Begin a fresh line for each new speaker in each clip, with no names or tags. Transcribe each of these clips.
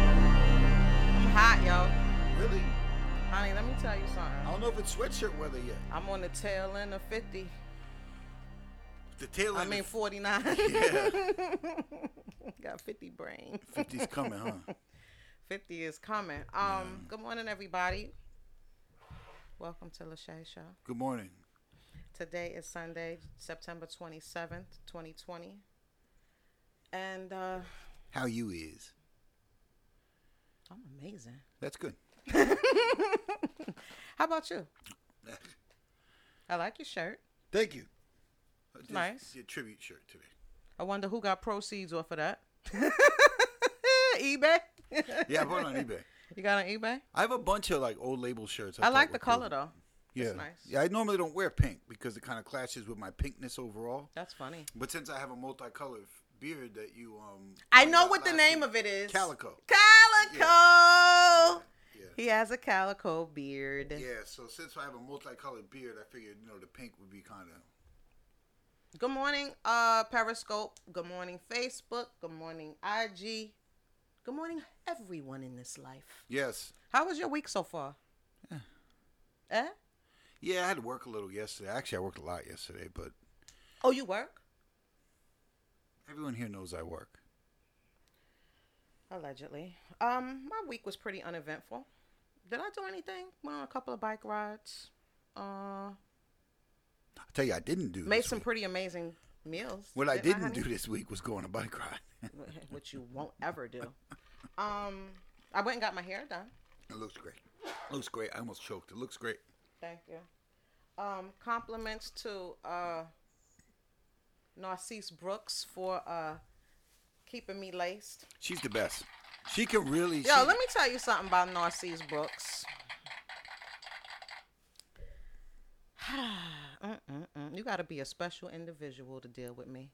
I'm hot, yo.
Really?
Honey, let me tell you
I
something.
don't know if it's sweatshirt weather yet.
I'm on the tail end of 50.
The tail
I
end
mean,
of
49.
Yeah.
Got 50 brain.
50's coming, huh?
50 is coming. Um, Good morning, everybody. Welcome to Lachey Show.
Good morning.
Today is Sunday, September 27th, 2020. And uh,
How you is?
I'm amazing.
That's good.
How about you? I like your shirt.
Thank you. Uh, this-
Nice.
Your tribute shirt today.
I wonder who got proceeds off of that. eBay?
Yeah, I bought it on eBay.
You got an eBay?
I have a bunch of like old label shirts.
I
thought
like
were
the
cool.
color though.
Yeah.
nice.
Yeah, I normally don't wear pink because it kind of clashes with my pinkness overall.
That's funny.
But since I have a multicolored beard that you um
I
pointed
know
out
what the
last
name
week-
of it is.
Calico.
Calico.
Yeah.
He has a calico beard.
Yeah, so since I have a multicolored beard, I figured, you know, the pink would be kind of
Good morning, uh, Periscope. Good morning, Facebook. Good morning, IG. Good morning, everyone in this life.
Yes.
How was your week so far? Eh?
Yeah, I had to work a little yesterday. Actually, I worked a lot yesterday, but
Oh, you work?
everyone here knows I work.
Allegedly. Um, my week was pretty uneventful. Did I do anything? Went on a couple of bike rides. Uh,
I tell you, I didn't do
made
this
some
week.
pretty amazing meals.
What I
Didn't
didn't
honey?
do this week was go on a bike ride.
which you won't ever do. Um, I went and got my hair done.
it looks great. Looks great. I almost choked. It looks great.
Thank you. Um, compliments to uh, Narcisse Brooks for uh, keeping me laced.
She's the best. She can really.
Yo,
she-
let me tell you something about Narcisse Brooks. Mm-mm-mm. you gotta be a special individual to deal with me.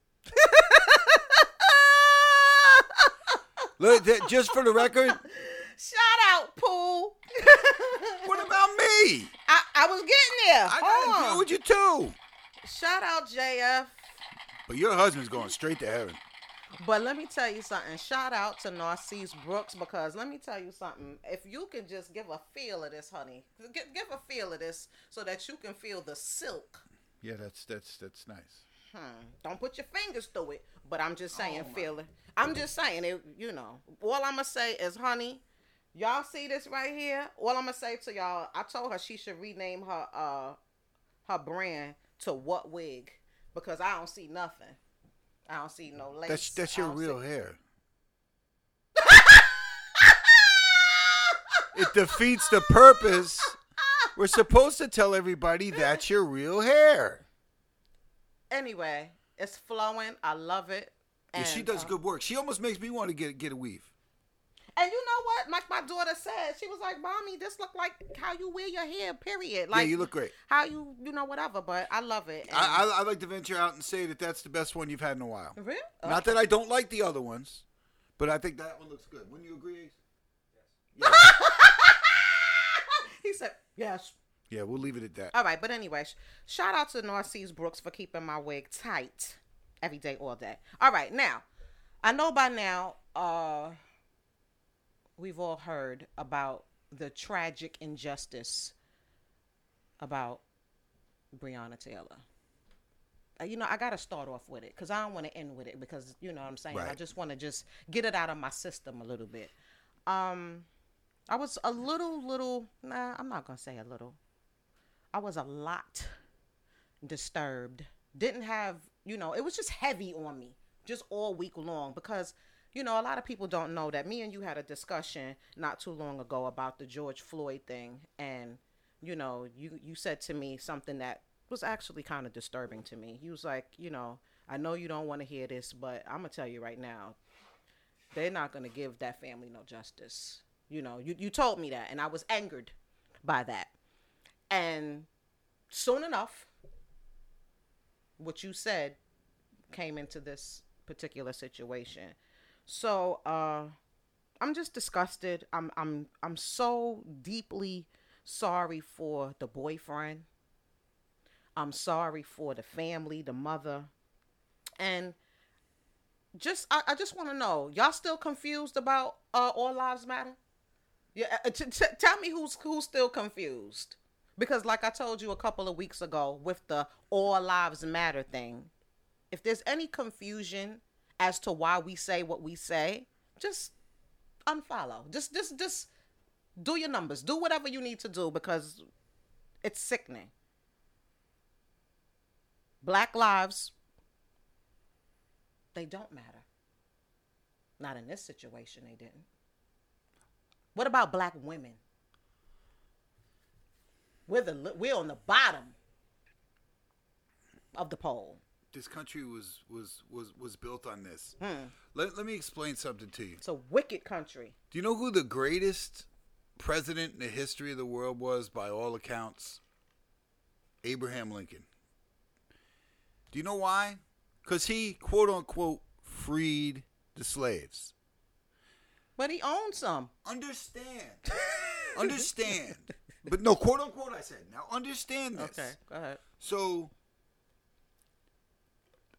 Look, that- just for the record,
Shout out, Pooh.
what about me?
I, I was getting there.
I
Hold
gotta
on.
deal with you too.
Shout out JF.
But your husband's going straight to heaven.
But let me tell you something. Shout out to Narcisse Brooks because let me tell you something. If you can just give a feel of this, honey, give, give a feel of this so that you can feel the silk.
Yeah, that's that's that's nice.
Hmm. Don't put your fingers through it, but I'm just saying,
Oh
feel it. I'm just saying it. You know, all I'm gonna say is, honey, y'all see this right here. All I'm gonna say to y'all, I told her she should rename her uh her brand to what wig because I don't see nothing. I don't see no lace.
That's that's
I
your
don't see-
real hair. It defeats the purpose. We're supposed to tell everybody that's your real hair.
anyway, it's flowing. I love it.
Yeah, she
And,
does
uh,
good work. She almost makes me want to get get a weave.
And you know what? Like my daughter said, she was like, "Mommy, this look like how you wear your hair. Period. Like
yeah, you look great.
how you, you know, whatever." But I love it. And-
I, I I like to venture out and say that that's the best one you've had in a while.
Really? Oh.
Not that I don't like the other ones, but I think that one looks good. Wouldn't you agree? Ace? Yeah.
he said yes.
yeah, we'll leave it at that.
All right, but anyway, sh- shout out to Narcisse Brooks for keeping my wig tight every day, all day. All right, now I know by now, uh, we've all heard about the tragic injustice about Breonna Taylor. Uh, You know, I gotta start off with it because I don't want to end with it because you know what I'm saying. I
Right.
just want to just get it out of my system a little bit. Um, I was a little, little. Nah, I'm not gonna say a little. I was a lot disturbed. Didn't have, you know, it was just heavy on me just all week long because, you know, a lot of people don't know that me and you had a discussion not too long ago about the George Floyd thing and you know, you you said to me something that was actually kind of disturbing to me. He was like, you know, I know you don't want to hear this, but I'm gonna tell you right now, they're not gonna give that family no justice. You know, you, you told me that, and I was angered by that. And soon enough, what you said came into this particular situation. So uh, I'm just disgusted. I'm I'm I'm so deeply sorry for the boyfriend. I'm sorry for the family, the mother, and just I, I just want to know y'all still confused about uh, all lives matter? Yeah, uh, t- t- tell me who's who's still confused because like I told you a couple of weeks ago with the all lives matter thing, if there's any confusion as to why we say what we say, just unfollow. Just just just do your numbers. Do whatever you need to do because it's sickening. Black lives they don't matter. Not in this situation they didn't. What about black women? We're the we're on the bottom of the pole.
This country was was was was built on this.
Hmm.
Let, let me explain something to you.
It's a wicked country.
Do you know who the greatest president in the history of the world was by all accounts? Abraham Lincoln. Do you know why? Cuz he quote unquote freed the slaves.
But he owns some.
Understand. understand. But no, quote unquote I said. Now understand this.
Okay, go ahead.
So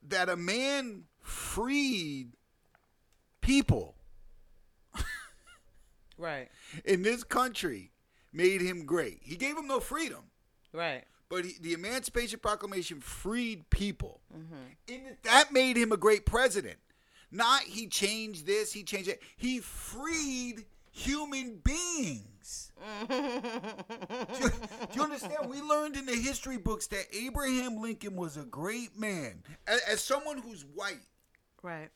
that a man freed people
Right,
in this country made him great. He gave him no freedom,
right.
but he, the Emancipation Proclamation freed people. Mm-hmm. And that- that made him a great president. Not he changed this, he changed that. He freed human beings. do, you, do you understand? We learned in the history books that Abraham Lincoln was a great man. As, as someone who's white,
Right.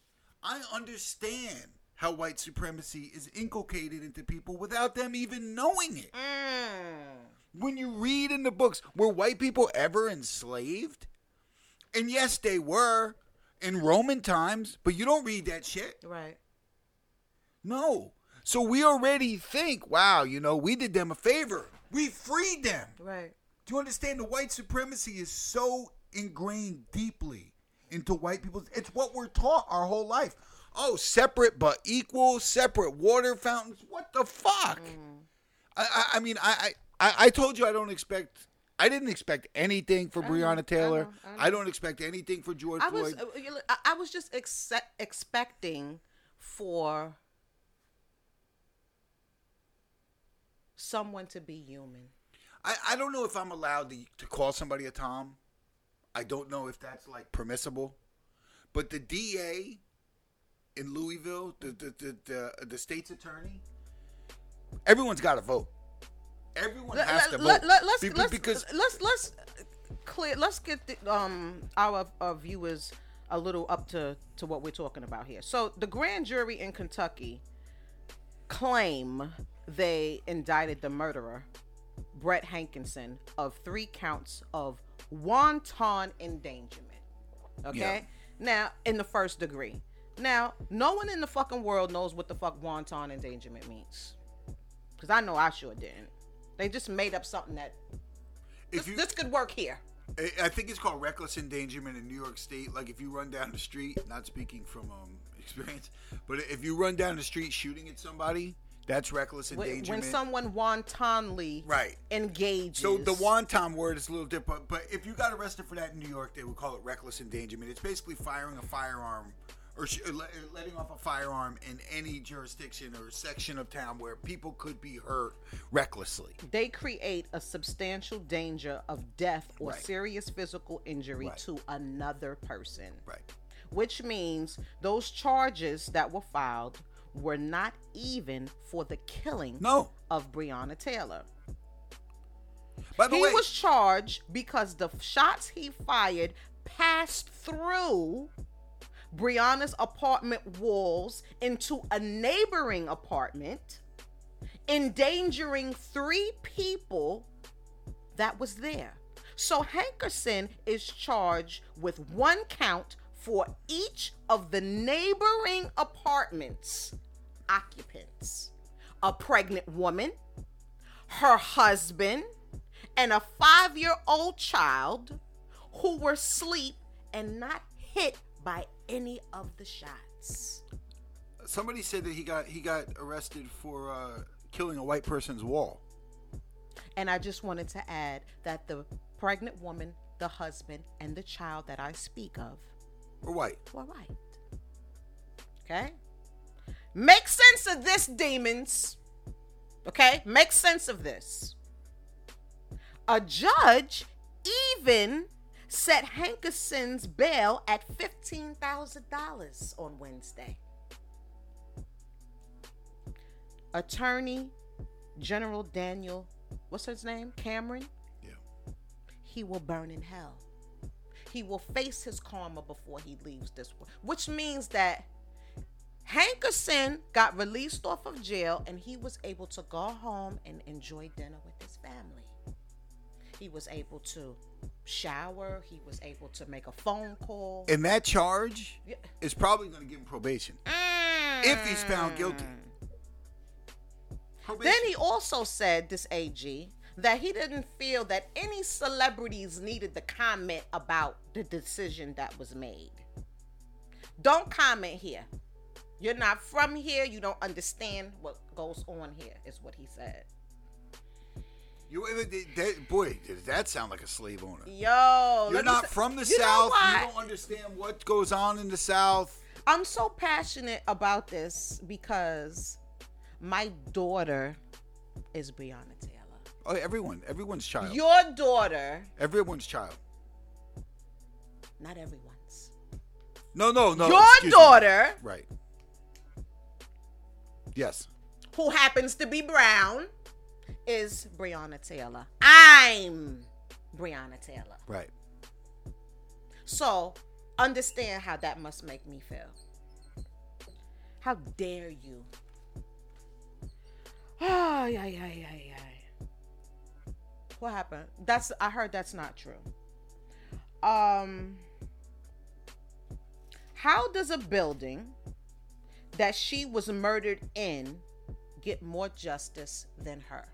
I understand how white supremacy is inculcated into people without them even knowing it.
Mm.
When you read in the books, were white people ever enslaved? And yes, they were in Roman times, but you don't read that shit.
Right.
No. So we already think, wow, you know, we did them a favor. We freed them.
Right.
Do you understand? The white supremacy is so ingrained deeply into white people. It's what we're taught our whole life. Oh, separate but equal, separate water fountains. What the fuck?
Mm.
I, I, I mean, I, I, I- I told you I don't expect. I didn't expect anything for Breonna Taylor. I,
I know.
don't expect anything for George
I
Floyd.
was uh, you know, I I was just accept, expecting for someone to be human.
I, I don't know if I'm allowed to, to call somebody a Tom. I don't know if that's like permissible. But the DA in Louisville, the the, the, the, the state's attorney, everyone's got to vote. Everyone has to vote.
let, let, us
Be- be-
let's,
because
let's let's clear let's get the, um our, our viewers a little up to to what we're talking about here so the grand jury in kentucky claim they indicted the murderer brett hankinson of three counts of wanton endangerment okay now in the first degree now no one in the fucking world knows what the fuck wanton endangerment means because i know i sure didn't they just made up something that
if you,
this could work here.
I- I think it's called reckless endangerment in New York State. Like if you run down the street, not speaking from um, experience, but if you run down the street shooting at somebody, that's reckless
When,
endangerment.
when someone wantonly
Right.
engages.
So the wonton word is a little different, but if you got arrested for that in New York, they would call it reckless endangerment. It's basically firing a firearm or, sh- or le- or letting off a firearm in any jurisdiction or section of town where people could be hurt recklessly.
they create a substantial danger of death or
Right.
serious physical injury
Right.
to another person.
Right.
Which means those charges that were filed were not even for the killing
No.
of Breonna Taylor.
By the
He
way,
was charged because the shots he fired passed through Brianna's apartment walls into a neighboring apartment, endangering three people that was there. So Hankerson is charged with one count for each of the neighboring apartments occupants a pregnant woman, her husband, and a five year old child who were asleep and not hit by any of the shots.
Somebody said that he got he got arrested for uh, killing a white person's wall.
And I just wanted to add that the pregnant woman, the husband, and the child that I speak of
Or white.
were white. Okay? Make sense of this, demons. Okay? Make sense of this. A judge even set Hankerson's bail at $15,000 on Wednesday. Attorney General Daniel, what's his name? Cameron?
Yeah.
He will burn in hell. He will face his karma before he leaves this world, which means that Hankerson got released off of jail and he was able to go home and enjoy dinner with his family. He was able to shower, he was able to make a phone call.
And that charge
Yeah.
is probably going to give him probation if he's found guilty. Probation.
Mm. Then he also said, this AG, that he didn't feel that any celebrities needed to comment about the decision that was made. Don't comment here. You're not from here. You don't understand what goes on here, is what he said.
you ever did that, boy, does that sound like a slave owner?
Yo, let
You're
me
not
say-
from the
You know
South.
what?
You don't understand what goes on in the South.
I'm so passionate about this because my daughter is Breonna Taylor.
Oh, everyone, everyone's child.
Your daughter,
everyone's child.
not everyone's.
No, no, no.
Your
Oh, excuse me.
daughter,
Right. Yes.
who happens to be brown, is Breonna Taylor. I'm Breonna Taylor.
Right.
So understand how that must make me feel. How dare you? Ay, ay, ay, ay, ay. What happened? That's I heard that's not true. Um how does a building that she was murdered in get more justice than her?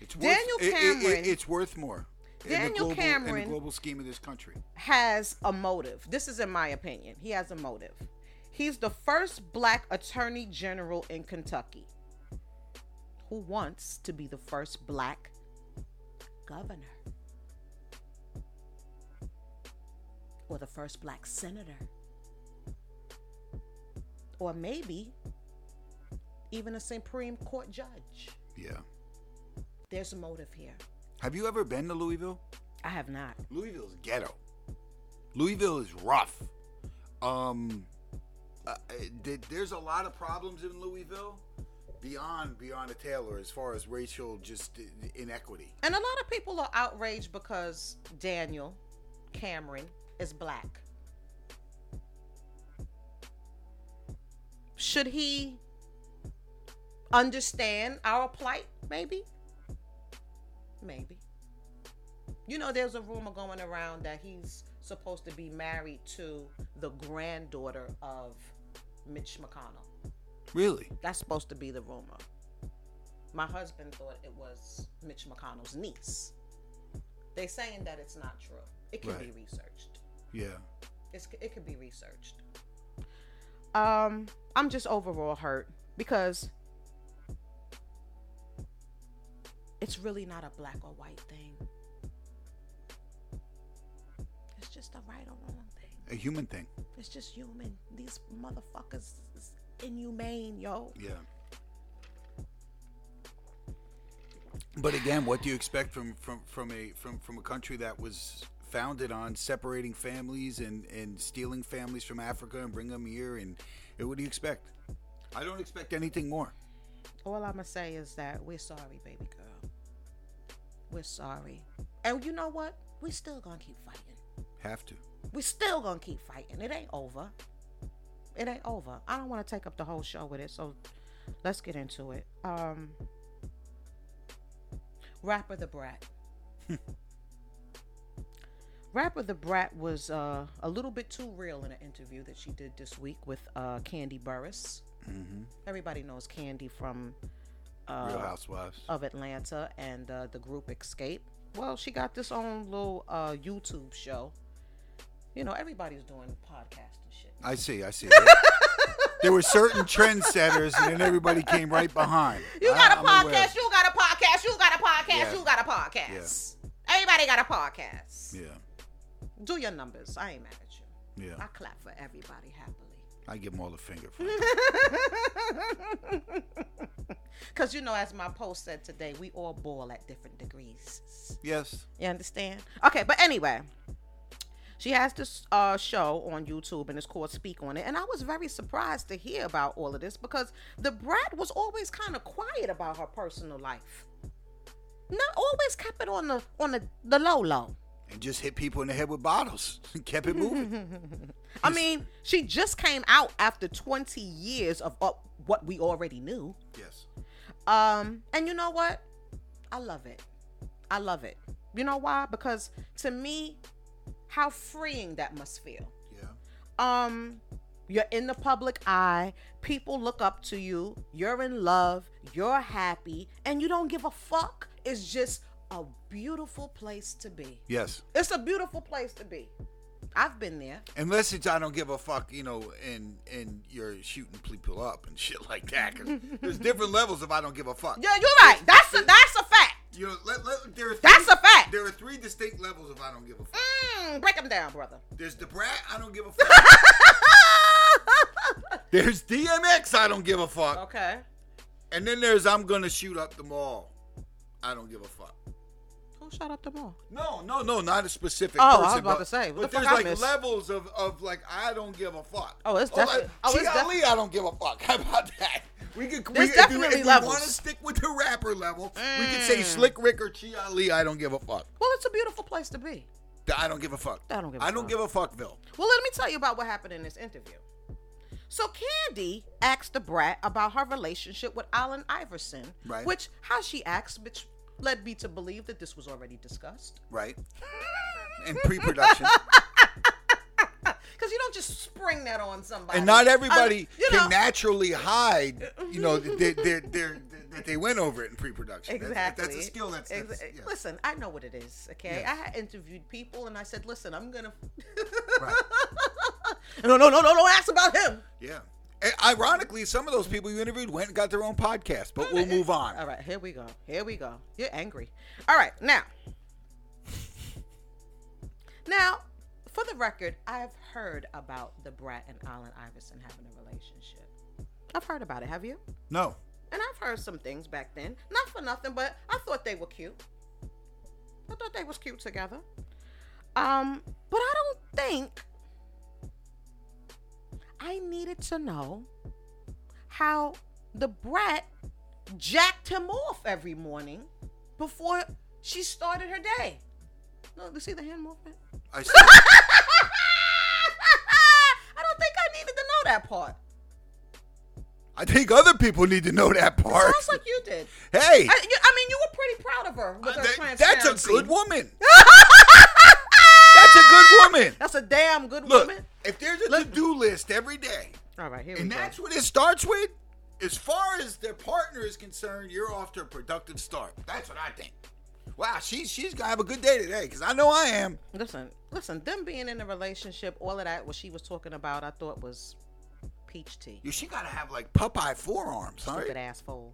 It's
Daniel
worth, it- it-
Cameron-
It, it's worth more. in the
Daniel
global, In
Cameron-
the global scheme of this country.
has a motive. This is in my opinion. He has a motive. He's the first black attorney general in Kentucky who wants to be the first black governor or the first black senator or maybe even a Supreme Court judge.
Yeah.
There's a motive here.
Have you ever been to Louisville?
I have not.
Louisville's ghetto. Louisville is rough. Um, uh, th- there's a lot of problems in Louisville beyond beyond a Taylor as far as racial just i- inequity.
And a lot of people are outraged because Daniel Cameron is black. Should he understand our plight? Maybe. Maybe. You know, there's a rumor going around that he's supposed to be married to the granddaughter of Mitch McConnell.
Really?
That's supposed to be the rumor. My husband thought it was Mitch McConnell's niece. They saying that it's not true. It can be
Right.
researched.
Yeah.
It's, it could be researched. Um, I'm just overall hurt because it's really not a black or white thing. It's just a right or wrong thing.
A human thing.
It's just human. These motherfuckers is inhumane, yo.
Yeah. But again, what do you expect from from from a from from a country that was founded on separating families and and stealing families from Africa and bring them here and and what do you expect? I don't expect anything more.
All I'm gonna say is that we're sorry, baby girl. We're sorry. And you know what? We still gonna keep fighting.
Have to.
We still gonna keep fighting. It ain't over. It ain't over. I don't want to take up the whole show with it, so let's get into it. Um, rapper the brat. Rapper the Brat was uh, a little bit too real in an interview that she did this week with uh, Candy Burris. Everybody knows Candy from
Real
uh,
Housewives.
of Atlanta and uh, the group Escape. Well, she got this own little uh, YouTube show. You know, everybody's doing podcasts and shit.
I see. I see. there were certain trendsetters, and then everybody came right behind.
You
I-
got a
I'm aware.
podcast. You got a podcast. You got a podcast.
Yeah.
You got a podcast. Everybody got a podcast. Do your numbers. I ain't mad at you.
Yeah, yeah.
I clap for everybody happily.
I give them all the finger. For
Because, you know, as my post said today, we all ball at different degrees.
yes.
You understand? Okay, but anyway, she has this uh, show on YouTube and it's called Speak on It. And I was very surprised to hear about all of this because the brat was always kind of quiet about her personal life. Not always kept it on the on the, the low low.
And just hit people in the head with bottles and kept it moving.
I mean, she just came out after 20 years of uh, what we already knew.
yes.
Um, and you know what? I love it. I love it. You know why? Because to me, how freeing that must feel.
Yeah.
um you're in the public eye people look up to you you're in love you're happy and you don't give a fuck it's just a beautiful place to be
Yes.
it's a beautiful place to be i've been there
Unless it's I don't give a fuck, you know, and and you're shooting people up and shit like that. 'cause there's different levels of I don't give a fuck.
yeah you're right that's a that's a fact
You know, let, let, there are three,
That's a fact.
There are three distinct levels of I don't give a fuck.
mm, break them down brother
There's the brat, I don't give a fuck. there's DMX, I don't give a fuck.
okay
And then there's I'm gonna shoot up the mall. I don't give a fuck.
who shot up the mall
No, no, no, not a specific.
Oh, I was
person,
about
but-
to say, what
but
the fuck
there's
I
like
missed?
levels of of like I don't give a fuck.
Oh, it's
Like,
definitely- oh, it's
Chi
def-
Ali, I don't give a fuck. How about that? We could.
There's
we, if you-
definitely
if
levels. Mm.
want to stick with the rapper level, we could say Slick Rick or Chi Ali. I don't give a fuck.
well it's a beautiful place to be
I don't give a fuck.
I don't give a
I don't
fuck.
give a fuckville.
Well, let me tell you about what happened in this interview. So Candy asked the brat about her relationship with Allen Iverson,
Right.
which how she asked, which led me to believe that this was already discussed.
Right. In pre-production,
Because you don't just spring that on somebody.
and not everybody
I- you
can
know-
naturally hide. You know, they they they that they went over it in pre-production. That's-
Exactly.
That's, a skill. That's, that's
Exa-
yeah.
Listen, I know what it is. Okay,
Yes.
I had interviewed people, and I said, "Listen, I'm gonna
Right.
no, no, no, no, no, ask about him."
Yeah. And ironically, some of those people you interviewed went and got their own podcast, but we'll move on.
All right, here we go. Here we go. You're angry. All right, now. Now, for the record, I've heard about the Brat and Allen Iverson having a relationship. I've heard about it, have you?
No.
And I've heard some things back then. Not for nothing, but I thought they were cute. I thought they was cute together. Um, but I don't think I needed to know how the brat jacked him off every morning before she started her day. No, you see the hand movement?
I said,
I don't think I needed to know that part.
I think other people need to know that part.
Sounds like you did.
hey,
I, you, I mean, you were pretty proud of her with her
Uh, that-
transparency.
that's a good woman. that's a good woman.
That's a damn good
Look,
woman.
if there's a to-do list every day,
All right, here
and
we
that's
go.
what it starts with, as far as their partner is concerned, you're off to a productive start. That's what I think. Wow, she, she's gonna have a good day today because I know I am.
Listen, listen. Them being in a relationship, all of that, what she was talking about, I thought was peach tea.
Yo, She gotta have like Popeye forearms, huh?
Stupid ass fool.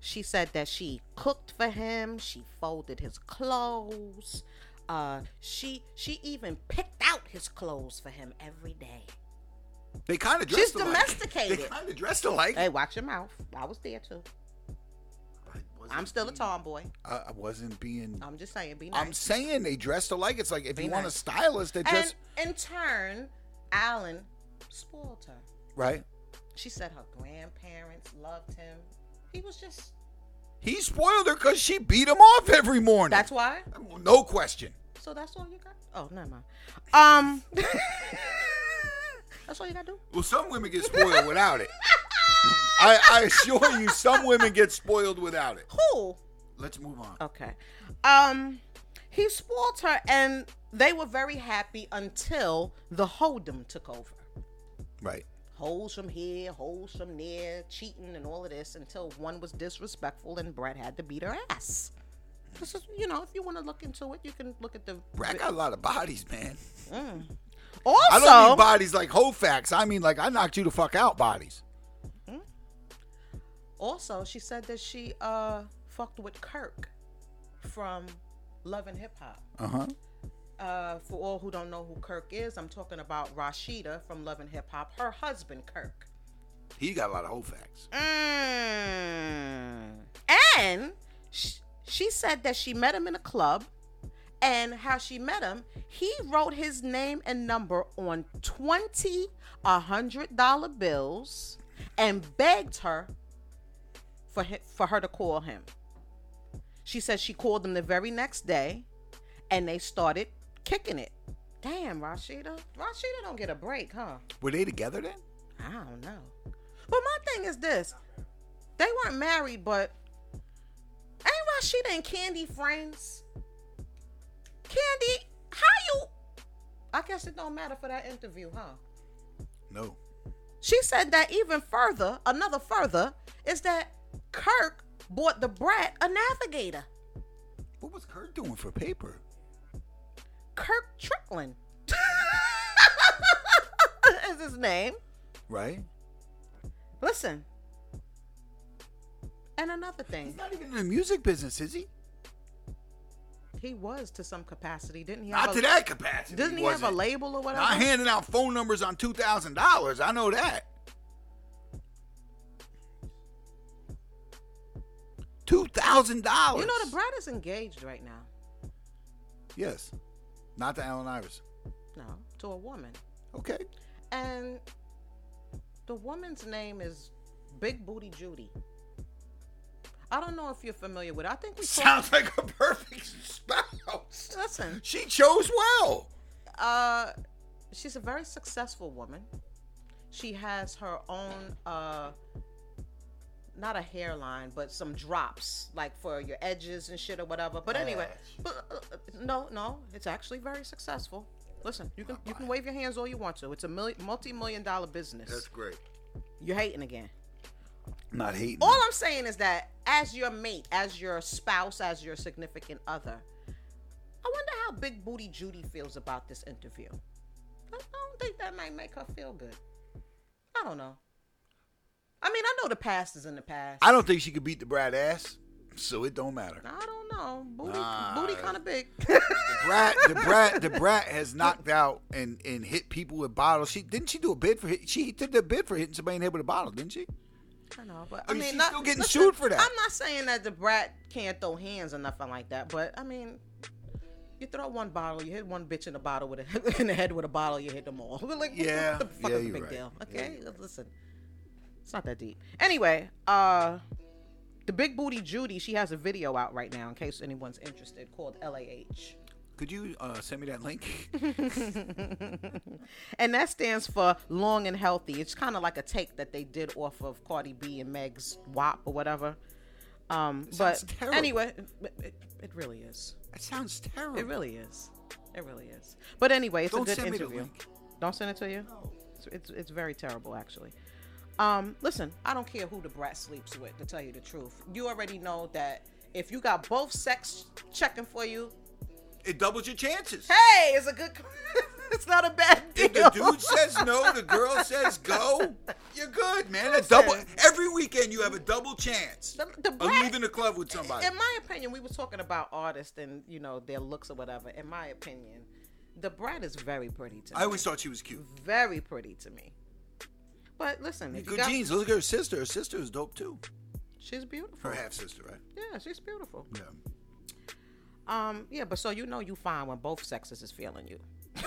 She said that she cooked for him. She folded his clothes. Uh, she she even picked out his clothes for him every day.
They kind of dressed
She's
alike.
domesticated.
They kind of dressed alike.
Hey, watch your mouth. I was there too.
I wasn't
I'm still a
being-
tomboy.
I I wasn't being.
I'm just saying, be nice.
I'm saying they dressed alike. It's like if
Be
you want a
nice.
stylist that
And
just
in turn, Alan spoiled her.
right.
She said her grandparents loved him. He was just.
He spoiled her because she beat him off every morning.
That's why.
no question.
So that's all you got. Oh, never mind. Um, that's all you gotta do.
Well, some women get spoiled without it. I, I assure you, some women get spoiled without it.
Cool.
Let's move on.
Okay. Um, He spoiled her, and they were very happy until the hold'em took over.
Right.
Holes from here, holes from there, cheating and all of this until one was disrespectful and Brett had to beat her ass. This is, you know, if you want to look into it, you can look at the.
Brad got a lot of bodies, man.
Also,
I don't mean bodies like Hofax. I mean like I knocked you the fuck out bodies.
Also, she said that she uh fucked with Kirk from Love and Hip Hop.
Uh huh.
Uh, for all who don't know who Kirk is, I'm talking about Rashida from Love and Hip Hop, her husband Kirk.
He got a lot of Hofax.
Mm. And sh- she said that she met him in a club, and how she met him, he wrote his name and number on 20 $100 bills and begged her for, hi- for her to call him. She said she called him the very next day, and they started kicking it. Damn, Rashida. Rashida don't get a break, huh?
Were they together then?
I don't know. But my thing is this: they weren't married, but ain't Rashida and Candy friends? Candy, how you? I guess it don't matter for that interview, huh?
No.
She said that even further, another further, is that Kirk bought the brat a navigator,
What was Kurt doing for paper?
Kirk Strickland. is his name.
Right.
Listen. And another thing.
He's not even in the music business, is he?
He was to some capacity, didn't he? have
Not
a-
to that capacity.
Didn't he
was
have a
it?
label or whatever?
Not handing out phone numbers on two thousand dollars. I know that. Two thousand dollars.
you know the brat is engaged right now.
Yes. Not to Alan Iris.
No, to a woman,
Okay.
and the woman's name is Big Booty Judy. I don't know if you're familiar with. Her. I think we talked.
Sounds like a perfect spouse.
Listen,
She chose well.
uh, she's a very successful woman. She has her own uh, not a hairline, but some drops like for your edges and shit or whatever. But anyway, but, uh, uh, no, no, it's actually very successful. Listen, you can you can wave your hands all you want to. It's a mil- multi-million dollar business.
great.
You're hating again.
Not hating.
All I'm saying is that as your mate, as your spouse, as your significant other, I wonder how Big Booty Judy feels about this interview. I don't think that might make her feel good. I don't know. I mean, I know the past is in the past.
I don't think she could beat the Brad ass, so it don't matter.
I don't know. Booty,
Nah.
booty kind of big.
The Brat, the Brat, the Brat has knocked out and and hit people with bottles. She didn't she do a bid for hit, she did the bid for hitting somebody in the head with a bottle, didn't she?
I know, but I
I mean,
mean,
she's
not,
still getting sued for that.
I'm not saying that the brat can't throw hands or nothing like that, but I mean, you throw one bottle, you hit one bitch in the bottle with a, in the head with a bottle, you hit them all. like, what
Yeah,
the fuck
yeah,
is the
you're
big
right.
deal?
Yeah,
Okay, listen, it's not that deep. Anyway, uh, the big booty Judy, she has a video out right now in case anyone's interested, called LAH.
Could you uh, send me that link?
and that stands for long and healthy. It's kind of like a take that they did off of Cardi B and Meg's WAP or whatever. Um, but
sounds terrible.
anyway, it, it, it really is.
That sounds terrible.
It really is. It really is. But anyway, it's
Oh. Don't
a good
send me the
interview.
link.
Don't send it to you. It's, it's it's very terrible actually. Um, listen, I don't care who the brat sleeps with. To tell you the truth, you already know that if you got both sex checking for you,
It doubles your chances.
hey, it's a good. it's not a bad deal.
If the dude says no, the girl says go. You're good, man. A double every weekend you have a double chance
The- the
of
black-
leaving the club with somebody.
In my opinion, we were talking about artists and you know their looks or whatever. In my opinion, the brat is very pretty to me.
I always thought she was cute.
very pretty to me. But listen, if you
Good
got,
jeans. Look at her sister. Her sister is dope too.
she's beautiful.
Her half sister, right?
Yeah, she's beautiful.
Yeah.
Um, yeah, but so you know you fine when both sexes is feeling you.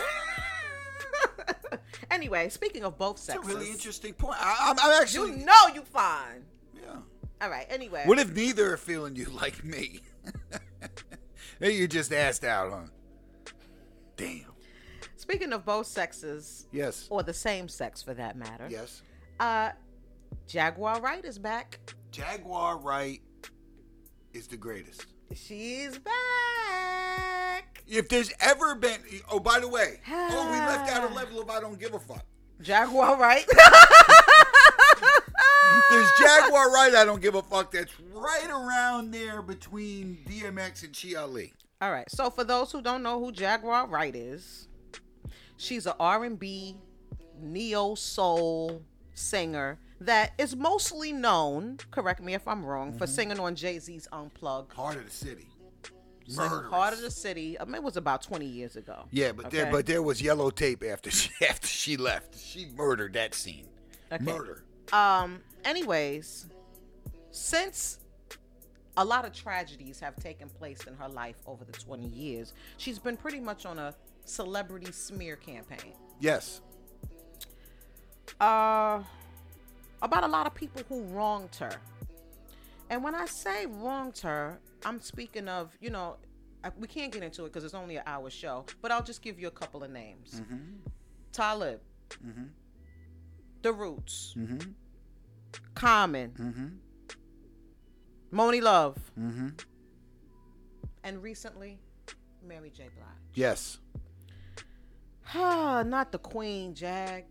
anyway, speaking of both
That's a
sexes,
really interesting point. I, I'm, I'm
you
actually.
know you fine.
yeah.
All right. Anyway,
What if neither are feeling you like me? Then you just asked out, huh? Damn.
speaking of both sexes,
Yes.
or the same sex for that matter,
Yes.
uh, Jaguar Wright is back.
Jaguar Wright is the greatest.
She's back.
If there's ever been, oh, by the way, oh, we left out a level of I don't give a fuck.
Jaguar, right?
There's Jaguar Right, I don't give a fuck. That's right around there between DMX and Chi Ali.
All right. So for those who don't know who Jaguar Wright is, she's an R&B neo soul singer that is mostly known, correct me if I'm wrong, for singing on Jay-Z's Unplugged.
Heart of the city.
Singing
Murderous.
Heart of the City. I mean, it was about 20 years ago.
Yeah, but there
Okay.
but there was yellow tape after she after she left. She murdered that scene.
Okay.
Murder.
Um, anyways, since a lot of tragedies have taken place in her life over the 20 years, she's been pretty much on a celebrity smear campaign.
Yes.
Uh, about a lot of people who wronged her. And when I say wronged her, I'm speaking of, you know, I- we can't get into it because it's only an hour show, but I'll just give you a couple of names Talib, The Roots,
Mm-hmm.
Common,
Mm-hmm.
Moni Love,
Mm-hmm.
and recently, Mary J. Blige.
Yes.
Ah, not the queen, Jag.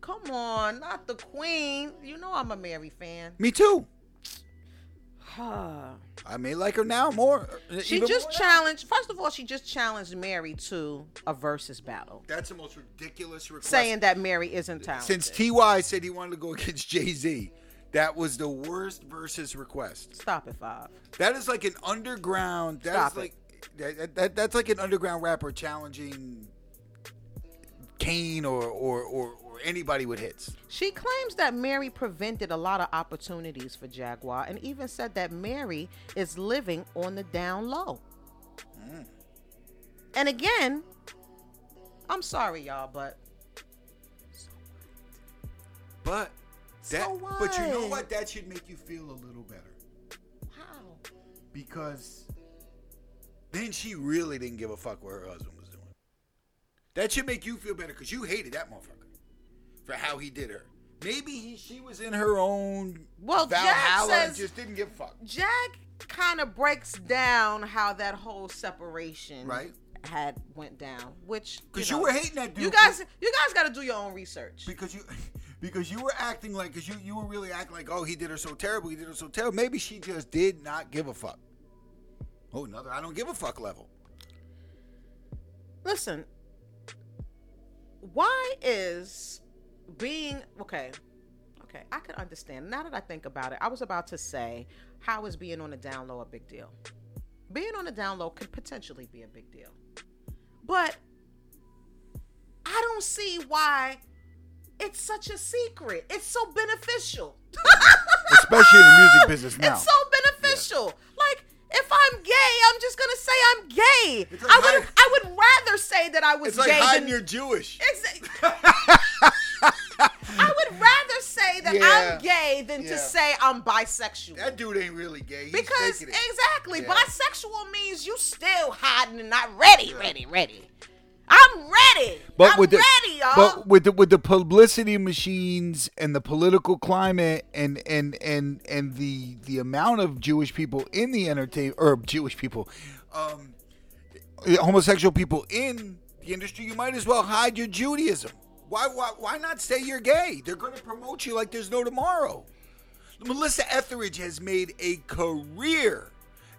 Come on, not the queen. You know I'm a Mary fan.
Me too.
Ah.
I may like her now more. uh,
She
even
just
more now.
challenged. First of all, she just challenged Mary to a versus battle,
That's the most ridiculous request.
saying that Mary isn't talented.
since Ty said he wanted to go against Jay Z, that was the worst versus request.
stop it, five.
That is like an underground. That's
Stop it.
like that, that- that, that's like an underground rapper challenging Kane or or or, or anybody with hits.
She claims that Mary prevented a lot of opportunities for Jaguar, and even said that Mary is living on the down low.
Mm.
And again, I'm sorry, y'all, but
But
So
that but you know
what?
what? That should make you feel a little better
how?
because then she really didn't give a fuck what her husband was doing. That should make you feel better because you hated that motherfucker for how he did her. Maybe he, she was in her own
Well, Jack
Valhalla and
says-
just didn't give a fuck.
Jag kind of breaks down how that whole separation
Right.
had went down, which
Because you,
know,
were hating that dude.
You
for-
guys, you guys got to do your own research.
because you because you were acting like because you you were really acting like oh he did her so terrible he did her so terrible maybe she just did not give a fuck. Oh another I don't give a fuck level.
Listen, why is being okay? Okay, I can understand. Now that I think about it, I was about to say, how is being on the down low a big deal? Being on the down low could potentially be a big deal, but I don't see why it's such a secret. It's so beneficial.
Especially in the music business now.
It's so beneficial. Like if I'm gay, I'm just gonna say I'm gay.
It's like
I would
hide-
I would rather say that I was
It's like
gay
hiding
than
you're Jewish.
Exa- I would rather say that
Yeah.
I'm gay than
Yeah.
to say I'm bisexual.
That dude ain't really gay. He's
because
faking it.
exactly,
Yeah.
bisexual means you still hiding and not ready, ready, ready. I'm ready. I'm ready, y'all.
but with the with the publicity machines and the political climate and and and and the the amount of Jewish people in the entertain or Jewish people, um, homosexual people in the industry, you might as well hide your Judaism. Why why why not say you're gay? They're going to promote you like there's no tomorrow. Melissa Etheridge has made a career.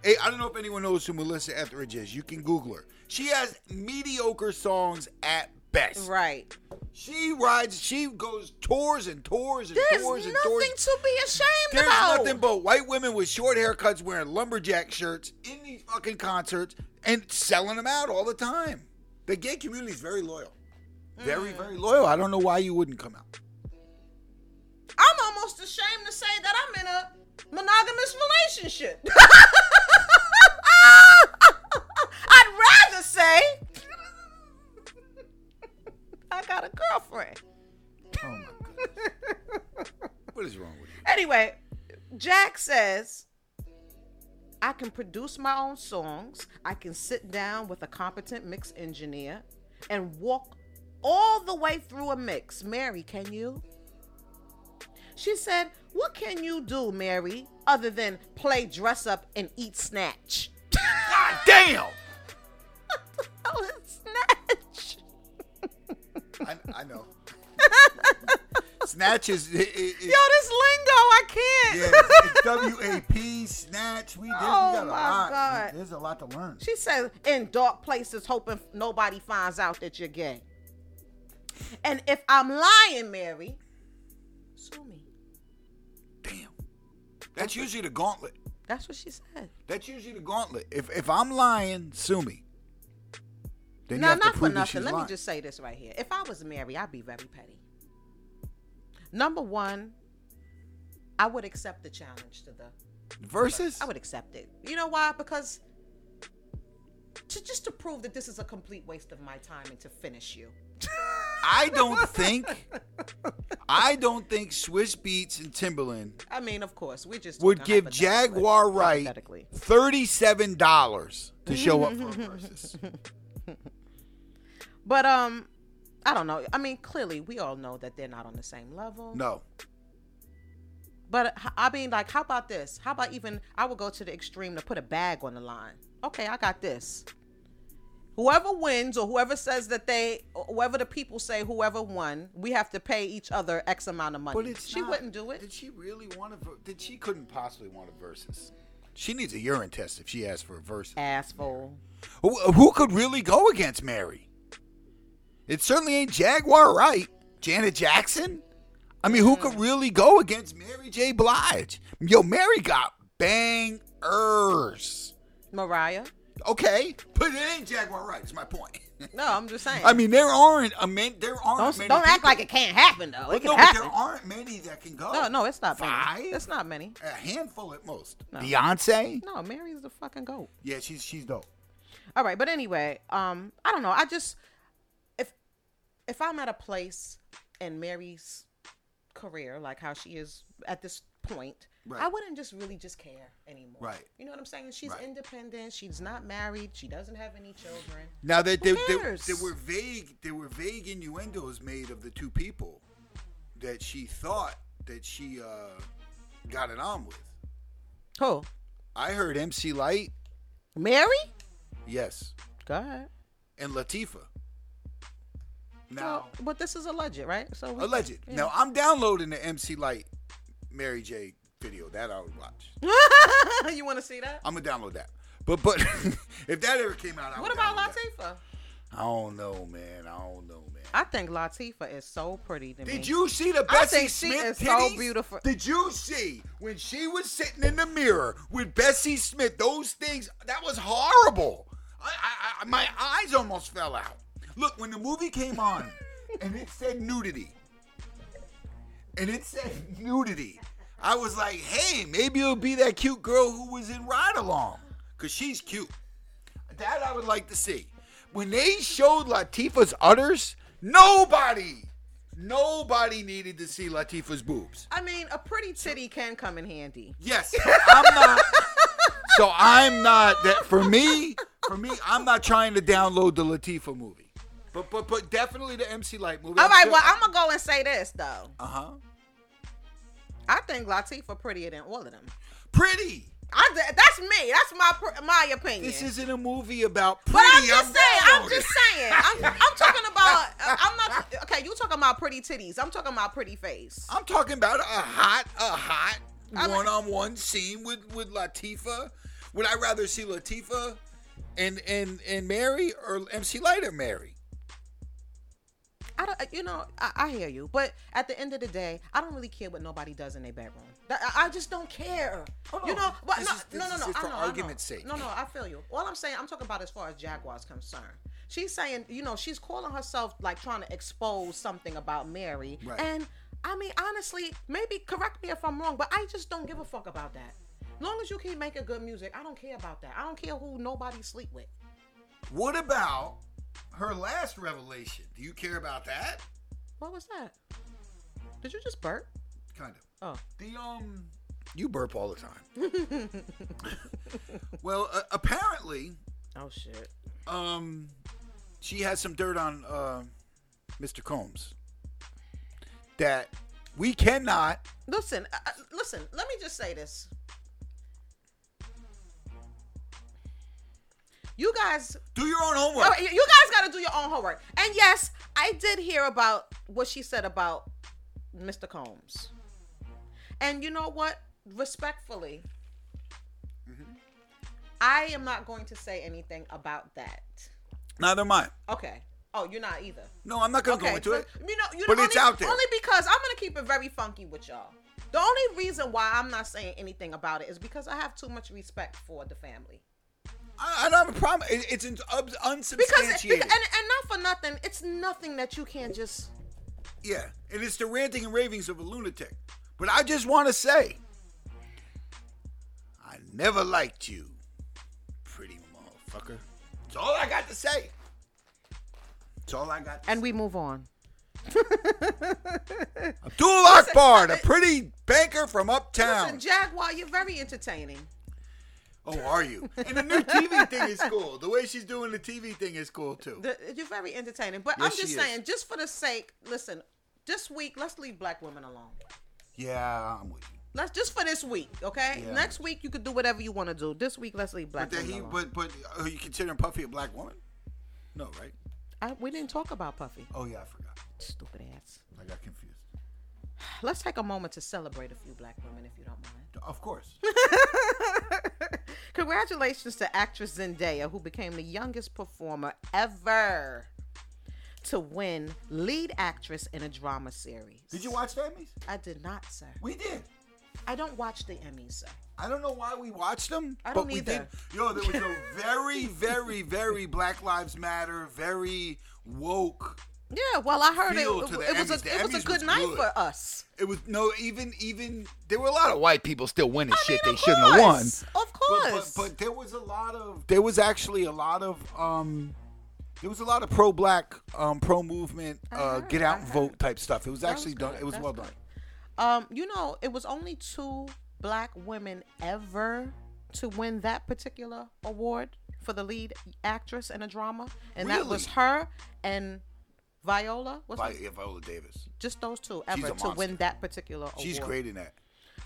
Hey, I don't know if anyone knows who Melissa Etheridge is. You can Google her. She has mediocre songs at best.
right.
She rides, she goes tours and tours and
There's
tours and
nothing
tours.
to be ashamed
There's
about.
nothing but white women with short haircuts wearing lumberjack shirts in these fucking concerts and selling them out all the time. The gay community is very loyal. Very,
Mm.
very loyal. I don't know why you wouldn't come out.
I'm almost ashamed to say that I'm in a monogamous relationship. I'd rather say I got a girlfriend.
Oh my God. what is wrong with you?
Anyway, Jack says, I can produce my own songs. I can sit down with a competent mix engineer and walk all the way through a mix. Mary, can you? She said, What can you do, Mary, other than play dress up and eat snatch?
God damn! Snatch is. It, it, it-
Yo, this lingo, I can't.
yeah, it's WAP, Snatch. We, did, we
Oh,
got a
my
lot.
God.
There's a lot to learn.
She says, in dark places, hoping nobody finds out that you're gay. And if I'm lying, Mary, sue me.
Damn. That's usually the gauntlet.
That's what she said.
That's usually the gauntlet. If if I'm lying, sue me. Then you
No,
have to
not for
prove that she's
nothing. Let me
lying.
just say this right here. If I was Mary, I'd be very petty. Number one, I would accept the challenge to the.
Versus?
I would accept it. You know why? Because to just to prove that this is a complete waste of my time and to finish you.
I don't think. I don't think Swiss Beats and Timberland
I mean, of course, we're just
would
talking
give
hypothetically-
Jaguar Wright
hypothetically.
thirty-seven dollars to show up for a versus.
But um, I don't know. I mean, clearly we all know that they're not on the same level.
No,
But h- I mean, like, how about this? How about even I would go to the extreme to put a bag on the line. Okay, I got this. Whoever wins or whoever says that they, or whoever the people say whoever won, we have to pay each other X amount of money.
but it's
she
not-
wouldn't do it.
Did she really want to? Did she couldn't possibly want a versus? She needs a urine test if she asks for a versus.
Asshole.
Who, who could really go against Mary? It certainly ain't Jaguar Wright, Janet Jackson. I mean, who could really go against Mary J. Blige? Yo, Mary got bangers.
Mariah.
Okay, but it ain't Jaguar Wright. It's my point.
No, I'm just saying.
I mean, there aren't a man. There aren't.
don't
many
don't act
people-
like it can't happen though.
Well,
it
no,
can
but there
happen.
aren't many that can go.
No, no, it's not
Oh, Five?
many. It's not many.
a handful at most.
No.
Beyonce.
No, Mary's the fucking goat.
Yeah, she's she's dope.
All right, but anyway, um, I don't know. I just if if I'm at a place in Mary's career, like how she is at this point,
Right.
I wouldn't just really just care anymore.
Right.
You know what I'm saying? She's
Right.
independent. She's not married. She doesn't have any children.
Now that there, there,
cares?
there were vague there were vague innuendos made of the two people that she thought that she uh, got it on with.
Who?
I heard MC Light,
Mary?
yes,
Go ahead.
and Latifa.
No.
Now
but this is alleged, right? So we-
alleged. Now I'm downloading the MC Light Mary J video that I'll watch.
you want to see that?
I'm gonna download that. But but if that ever came out, I
What
would
about
download that.
Latifah?
I don't know, man. I don't know, man.
I think Latifah is so pretty to me.
Did you see the
I
Bessie
think she
Smith
is so
titties?
beautiful.
Did you see when she was sitting in the mirror with Bessie Smith? Those things that was horrible. I, I, I my eyes almost fell out. Look, when the movie came on and it said nudity, and it said nudity, I was like, hey, maybe it'll be that cute girl who was in Ride Along, cause she's cute. That I would like to see. When they showed Latifah's udders, nobody, nobody needed to see Latifah's boobs.
I mean, a pretty titty can come in handy.
Yes, I'm not. so I'm not that for me. For me, I'm not trying to download the Latifah movie, but but but definitely the MC Light movie.
All right, well, I'm gonna go and say this though.
uh huh.
I think Latifah prettier than all of them.
Pretty.
I d- that's me. That's my pr- my opinion.
This isn't a movie about pretty.
but I'm just
I'm
saying.
downloading.
I'm just saying. I'm, I'm talking about. uh, I'm not. Okay, you talking about pretty titties. I'm talking about pretty face.
I'm talking about a hot, a hot
I'm-
one-on-one scene with with Latifa. Would I rather see Latifa and and and Mary or MC Light or Mary?
I don't. You know, I, I hear you. But at the end of the day, I don't really care what nobody does in their bedroom. That- I, I just don't care. You know. But
Oh, This
no,
is-
no,
this
no, no.
is
I
for
know, I
argument's
know.
sake.
No, no. I feel you. All I'm saying, I'm talking about as far as Jaguar's concerned. She's saying, you know, she's calling herself like trying to expose something about Mary.
Right.
And I mean, honestly, maybe correct me if I'm wrong, but I just don't give a fuck about that. long as you keep making good music, I don't care about that. I don't care who nobody sleep with.
What about her last revelation? Do you care about that?
What was that? Did you just burp?
Kind of.
Oh.
The um, you burp all the time. well, uh, apparently,
Oh shit.
um, she has some dirt on uh, Mr. Combs that we cannot
Listen, uh, listen. Let me just say this. You guys, oh,
do your own homework.
all right, you guys got to do your own homework. And yes, I did hear about what she said about Mr. Combs. And you know what? Respectfully, I am not going to say anything about that.
Neither am I.
Okay. Oh, you're not either.
No, I'm not gonna
Okay.
go into
so-
it.
You know, you
But
know,
it's
only,
out there.
only because I'm gonna keep it very funky with y'all. The only reason why I'm not saying anything about it is because I have too much respect for the family.
I, I don't have a problem. It, it's un- ups-
Because, it,
unsubstantiated.
beca- and, and not for nothing, it's nothing that you can't just.
yeah, and it's the ranting and ravings of a lunatic. But I just want to say, I never liked you, pretty motherfucker. That's all I got to say. That's all I got. To
And we move on.
Abdul Akbar, the pretty banker from uptown.
Listen, Jaguar, you're very entertaining.
Oh, are you? And the new TV thing is cool. The way she's doing the TV thing is cool too.
The, you're very entertaining. But
Yes,
I'm just
she is.
saying, just for the sake, listen, this week, let's leave black women alone.
Yeah, I'm with you.
Let's just for this week, okay?
Yeah.
Next week you could do whatever you want to do. This week, let's leave black
But that
women
he,
alone.
but but are you considering Puffy a black woman? No, right?
I, we didn't talk about Puffy.
Oh yeah, I forgot.
Stupid ass.
I got confused.
Let's take a moment to celebrate a few black women, if you don't mind.
Of course.
Congratulations to actress Zendaya, who became the youngest performer ever to win lead actress in a drama series.
Did you watch the Emmys?
I did not, sir.
We did.
I don't watch the Emmys, sir.
I don't know why we watched them,
I
but
don't
we
either.
did. Yo, there was a very, very, very Black Lives Matter, very woke.
Yeah, well, I heard it.
Feel
It,
to the
it was
Emmys.
a
The
it was
Emmys
a good
was
night
good.
for us.
It was no, even, even there were a lot of white people still winning shit
I mean,
they
of
shouldn't have won.
course, Of
But, but,
course.
but there was a lot of there was actually a lot of um there was a lot of pro black um pro movement uh
heard,
get out
I
and vote type stuff. It was
That
actually
was
done.
good,
It was
that's
well
good.
done.
Um, you know, it was only two black women ever to win that particular award for the lead actress in a drama, and that was
Really?
her and Viola. Was
By Viola Davis.
just those two
She's
ever
a
to
monster.
win that particular award.
She's great in that.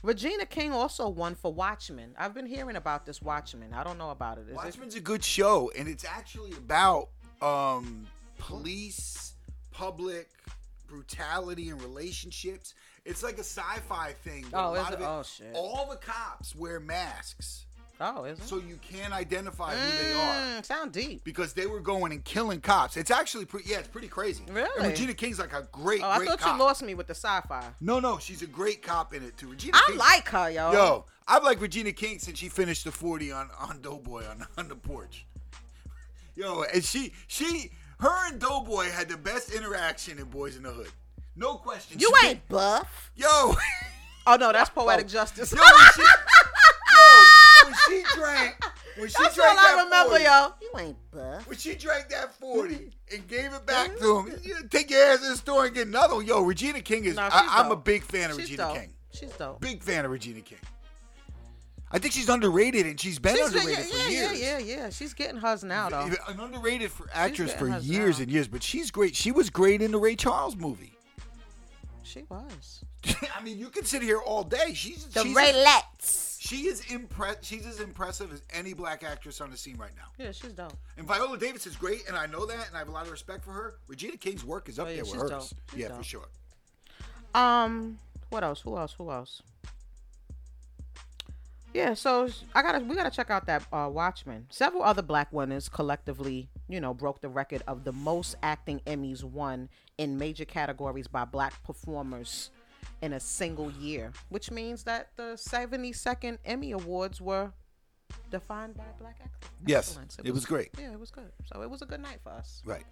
Regina King also won for Watchmen. I've been hearing about this Watchmen. I don't know about it. Is it
Watchmen's a good show, and it's actually about um, police, public brutality, and relationships. It's like a sci-fi thing. but
Oh,
a
is
lot
it?
of
Oh, shit.
All the cops wear masks,
Oh, is it?
so you can't identify who they are.
Mm, sound deep.
Because they were going and killing cops. It's actually pretty. Yeah, it's pretty crazy. And
Really?
Regina King's like a great,
Oh, I
great
thought
cop.
you lost me with the sci-fi.
no, no, she's a great cop in it too. Regina.
I
King's-
like her, yo.
Yo, I've liked Regina King since she finished the 40 on, on Doughboy on, on the porch. Yo, and she she her and Doughboy had the best interaction in Boys in the Hood. No question.
you
She did-
ain't buff.
Yo.
Oh no, that's poetic justice.
Yo, when she, yo, when she drank when she
That's all
drank that
I remember,
40,
y'all. You ain't buff.
When she drank that 40 and gave it back to
Mm-hmm.
him, you take your ass to the store and get another one. Yo, Regina King is
Nah, she's
I, I'm a
dope.
big fan of
She's
Regina
dope.
King.
She's dope.
big fan of Regina King. I think she's underrated, and she's been
She's yeah,
underrated for
yeah,
years.
yeah, yeah, yeah. She's getting hers now, though.
An underrated for actress
been
for
hers
years
now.
and years, but she's great. She was great in the Ray Charles movie.
She was.
I mean, you can sit here all day. She's
The
she's
Raylettes.
she is impress. She's as impressive as any black actress on the scene right now.
Yeah, she's dope.
And Viola Davis is great, and I know that, and I have a lot of respect for her. Regina King's work is up
Oh, yeah,
there
she's
with hers.
dope. She's
Yeah, for
dope.
sure.
Um, what else? Who else? Who else? Yeah, so I gotta we gotta check out that uh, Watchmen. Several other Black winners collectively, you know, broke the record of the most acting Emmys won in major categories by Black performers in a single year, which means that the 72nd Emmy Awards were defined by Black acting.
Yes,
excellence.
it was great.
Yeah, it was good. So it was a good night for us.
Right.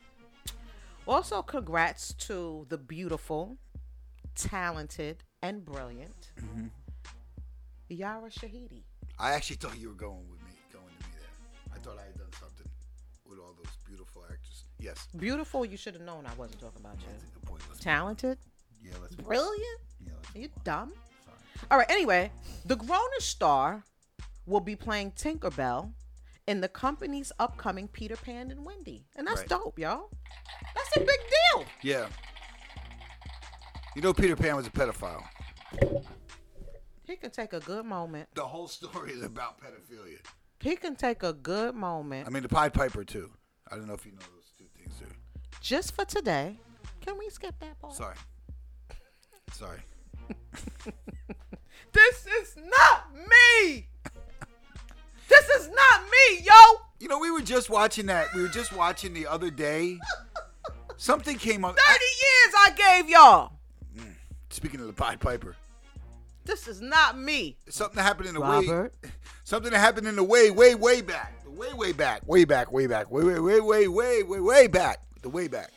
Also, congrats to the beautiful, talented, and brilliant
Mm-hmm.
Yara Shahidi.
I actually thought you were going with me, going to me there. I thought I had done something with all those beautiful actors. Yes,
Beautiful, you should have known I wasn't talking about you.
that's a good point. Let's,
Talented,
yeah, let's.
brilliant.
Yeah, let's.
Are you dumb?
Sorry.
All right, anyway, the Grownish star will be playing Tinkerbell in the company's upcoming Peter Pan and Wendy. And that's
Right.
dope, yo. That's a big deal.
Yeah. You know, Peter Pan was a pedophile.
He can take a good moment.
The whole story is about pedophilia.
He can take a good moment
I mean, the Pied Piper too. I don't know if you know those two things. Too.
just for today. Can we skip that part?
Sorry. Sorry.
This is not me. This is not me, yo.
You know, we were just watching that. We were just watching the other day. Something came up.
30 years I gave y'all.
Speaking of the Pied Piper,
This is not me.
something that happened in the way. Something that happened in the way, way, way back. The way, way back. Way back, way back. Way, way, way, way, way, way, way back. The way back.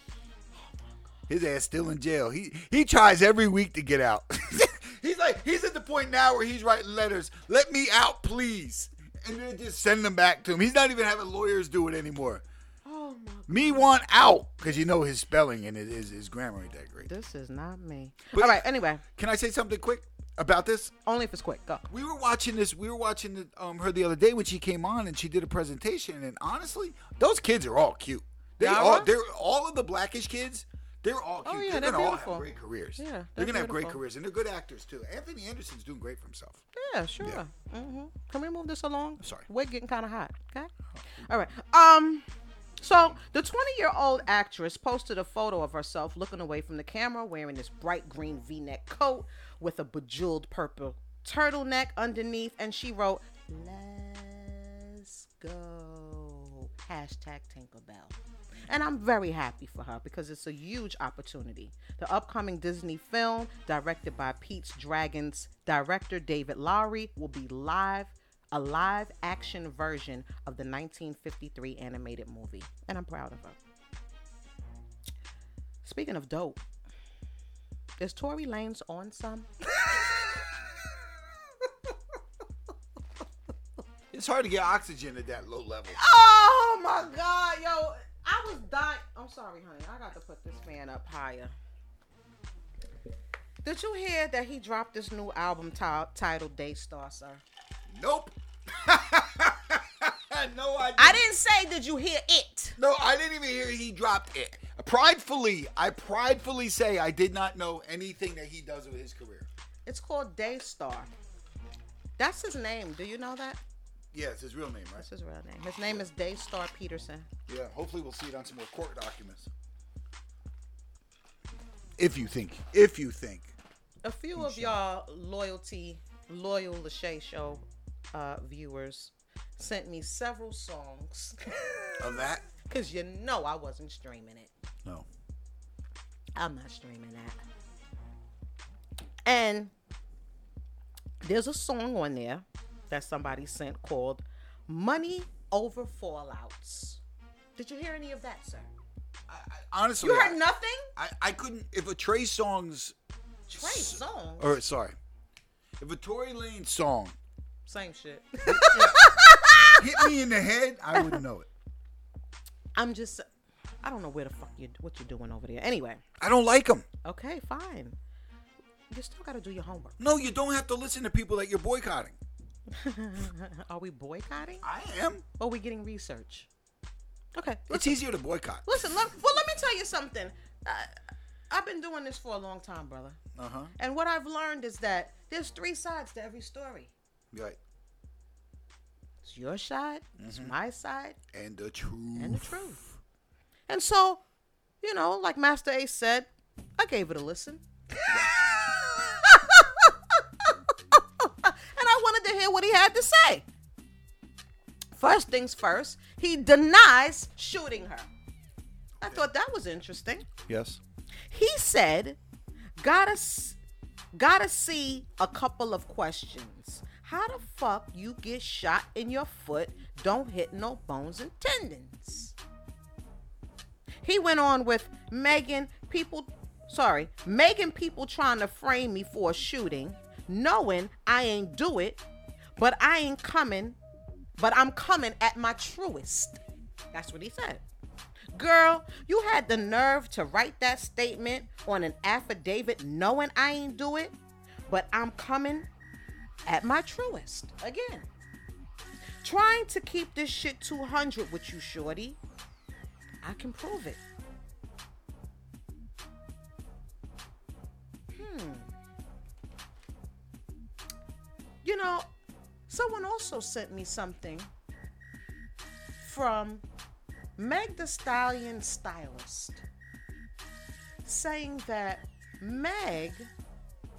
His ass still in jail. He he tries every week to get out. he's like he's at the point now where he's writing letters. Let me out, please. And then just send them back to him. He's not even having lawyers do it anymore.
Oh my.
Me want out because you know his spelling and his, his, his grammar ain't that great.
This is not me.
But-
All right, anyway,
Can I say something quick about this?
only if it's quick. Go.
We were watching this. We were watching the, um, her the other day when she came on and she did a presentation. And honestly, those kids are all cute. They
Yara?
all they're all of the blackish kids. They're all cute.
Oh, yeah, they're
gonna all
beautiful.
have great careers.
Yeah,
they're,
they're
gonna have great
beautiful.
careers and they're good actors too. Anthony Anderson's doing great for himself.
Yeah, sure. hmm Can we move this along?
Sorry.
We're getting kind of hot. Okay. All right. Um. So the 20-year-old actress posted a photo of herself looking away from the camera, wearing this bright green V-neck coat with a bejeweled purple turtleneck underneath, and she wrote, "Let's go." Hashtag Tinkerbell. And I'm very happy for her because it's a huge opportunity. The upcoming Disney film, directed by Pete's Dragons director David Lowry, will be live, a live action version of the 1953 animated movie. And I'm proud of her. Speaking of dope, is Tory Lanez on some?
It's hard to get oxygen at that low level.
Oh my god, yo. I was dying. I'm sorry, honey. I got to put this fan up higher. Did you hear that he dropped this new album ti- titled Daystar, sir?
Nope. no, I.
I didn't say, did you hear it?
No, I didn't even hear he dropped it. Pridefully, I pridefully say I did not know anything that he does with his career.
It's called Daystar. That's his name. Do you know that?
Yeah, it's his real name, right?
That's his real name. His name is Daystar Peterson.
Yeah. Hopefully, we'll see it on some more court documents. If you think, if you think,
A few of y'all loyalty, loyal Lachey Show uh, viewers sent me several songs.
of that,
Because you know I wasn't streaming it.
no.
I'm not streaming that. And there's a song on there that somebody sent called Money Over Fallouts. Did you hear any of that, sir?
I, I, honestly,
You heard
I-
nothing?
I, I couldn't. If a Trey Songz,
Trey song.
or sorry, if a Tory Lane song
Same shit.
hit me in the head, I wouldn't know it.
I'm just I don't know where the fuck you what you doing over there. Anyway,
I don't like him.
okay, fine. You still gotta do your homework.
No, you don't have to listen to people that you're boycotting.
Are we boycotting?
I am.
Or are we getting research? Okay.
It's easier to boycott.
Listen, look, well, let me tell you something. I, I've been doing this for a long time, brother.
Uh huh.
And what I've learned is that there's three sides to every story.
Right.
It's your side, it's my side,
And the truth.
and the truth. And so, you know, like Master Ace said, I gave it a listen. and I wanted to hear what he had to say. First things first, he denies shooting her. I thought that was interesting.
Yes.
he said gotta s- gotta see a couple of questions how the fuck you get shot in your foot don't hit no bones and tendons he went on with megan people sorry megan people trying to frame me for a shooting knowing i ain't do it but i ain't coming but i'm coming at my truest that's what he said Girl, you had the nerve to write that statement on an affidavit knowing I ain't do it, but I'm coming at my truest again. Trying to keep this shit 200 with you, shorty. I can prove it. Hmm. You know, someone also sent me something from Meg the Stallion stylist saying that Meg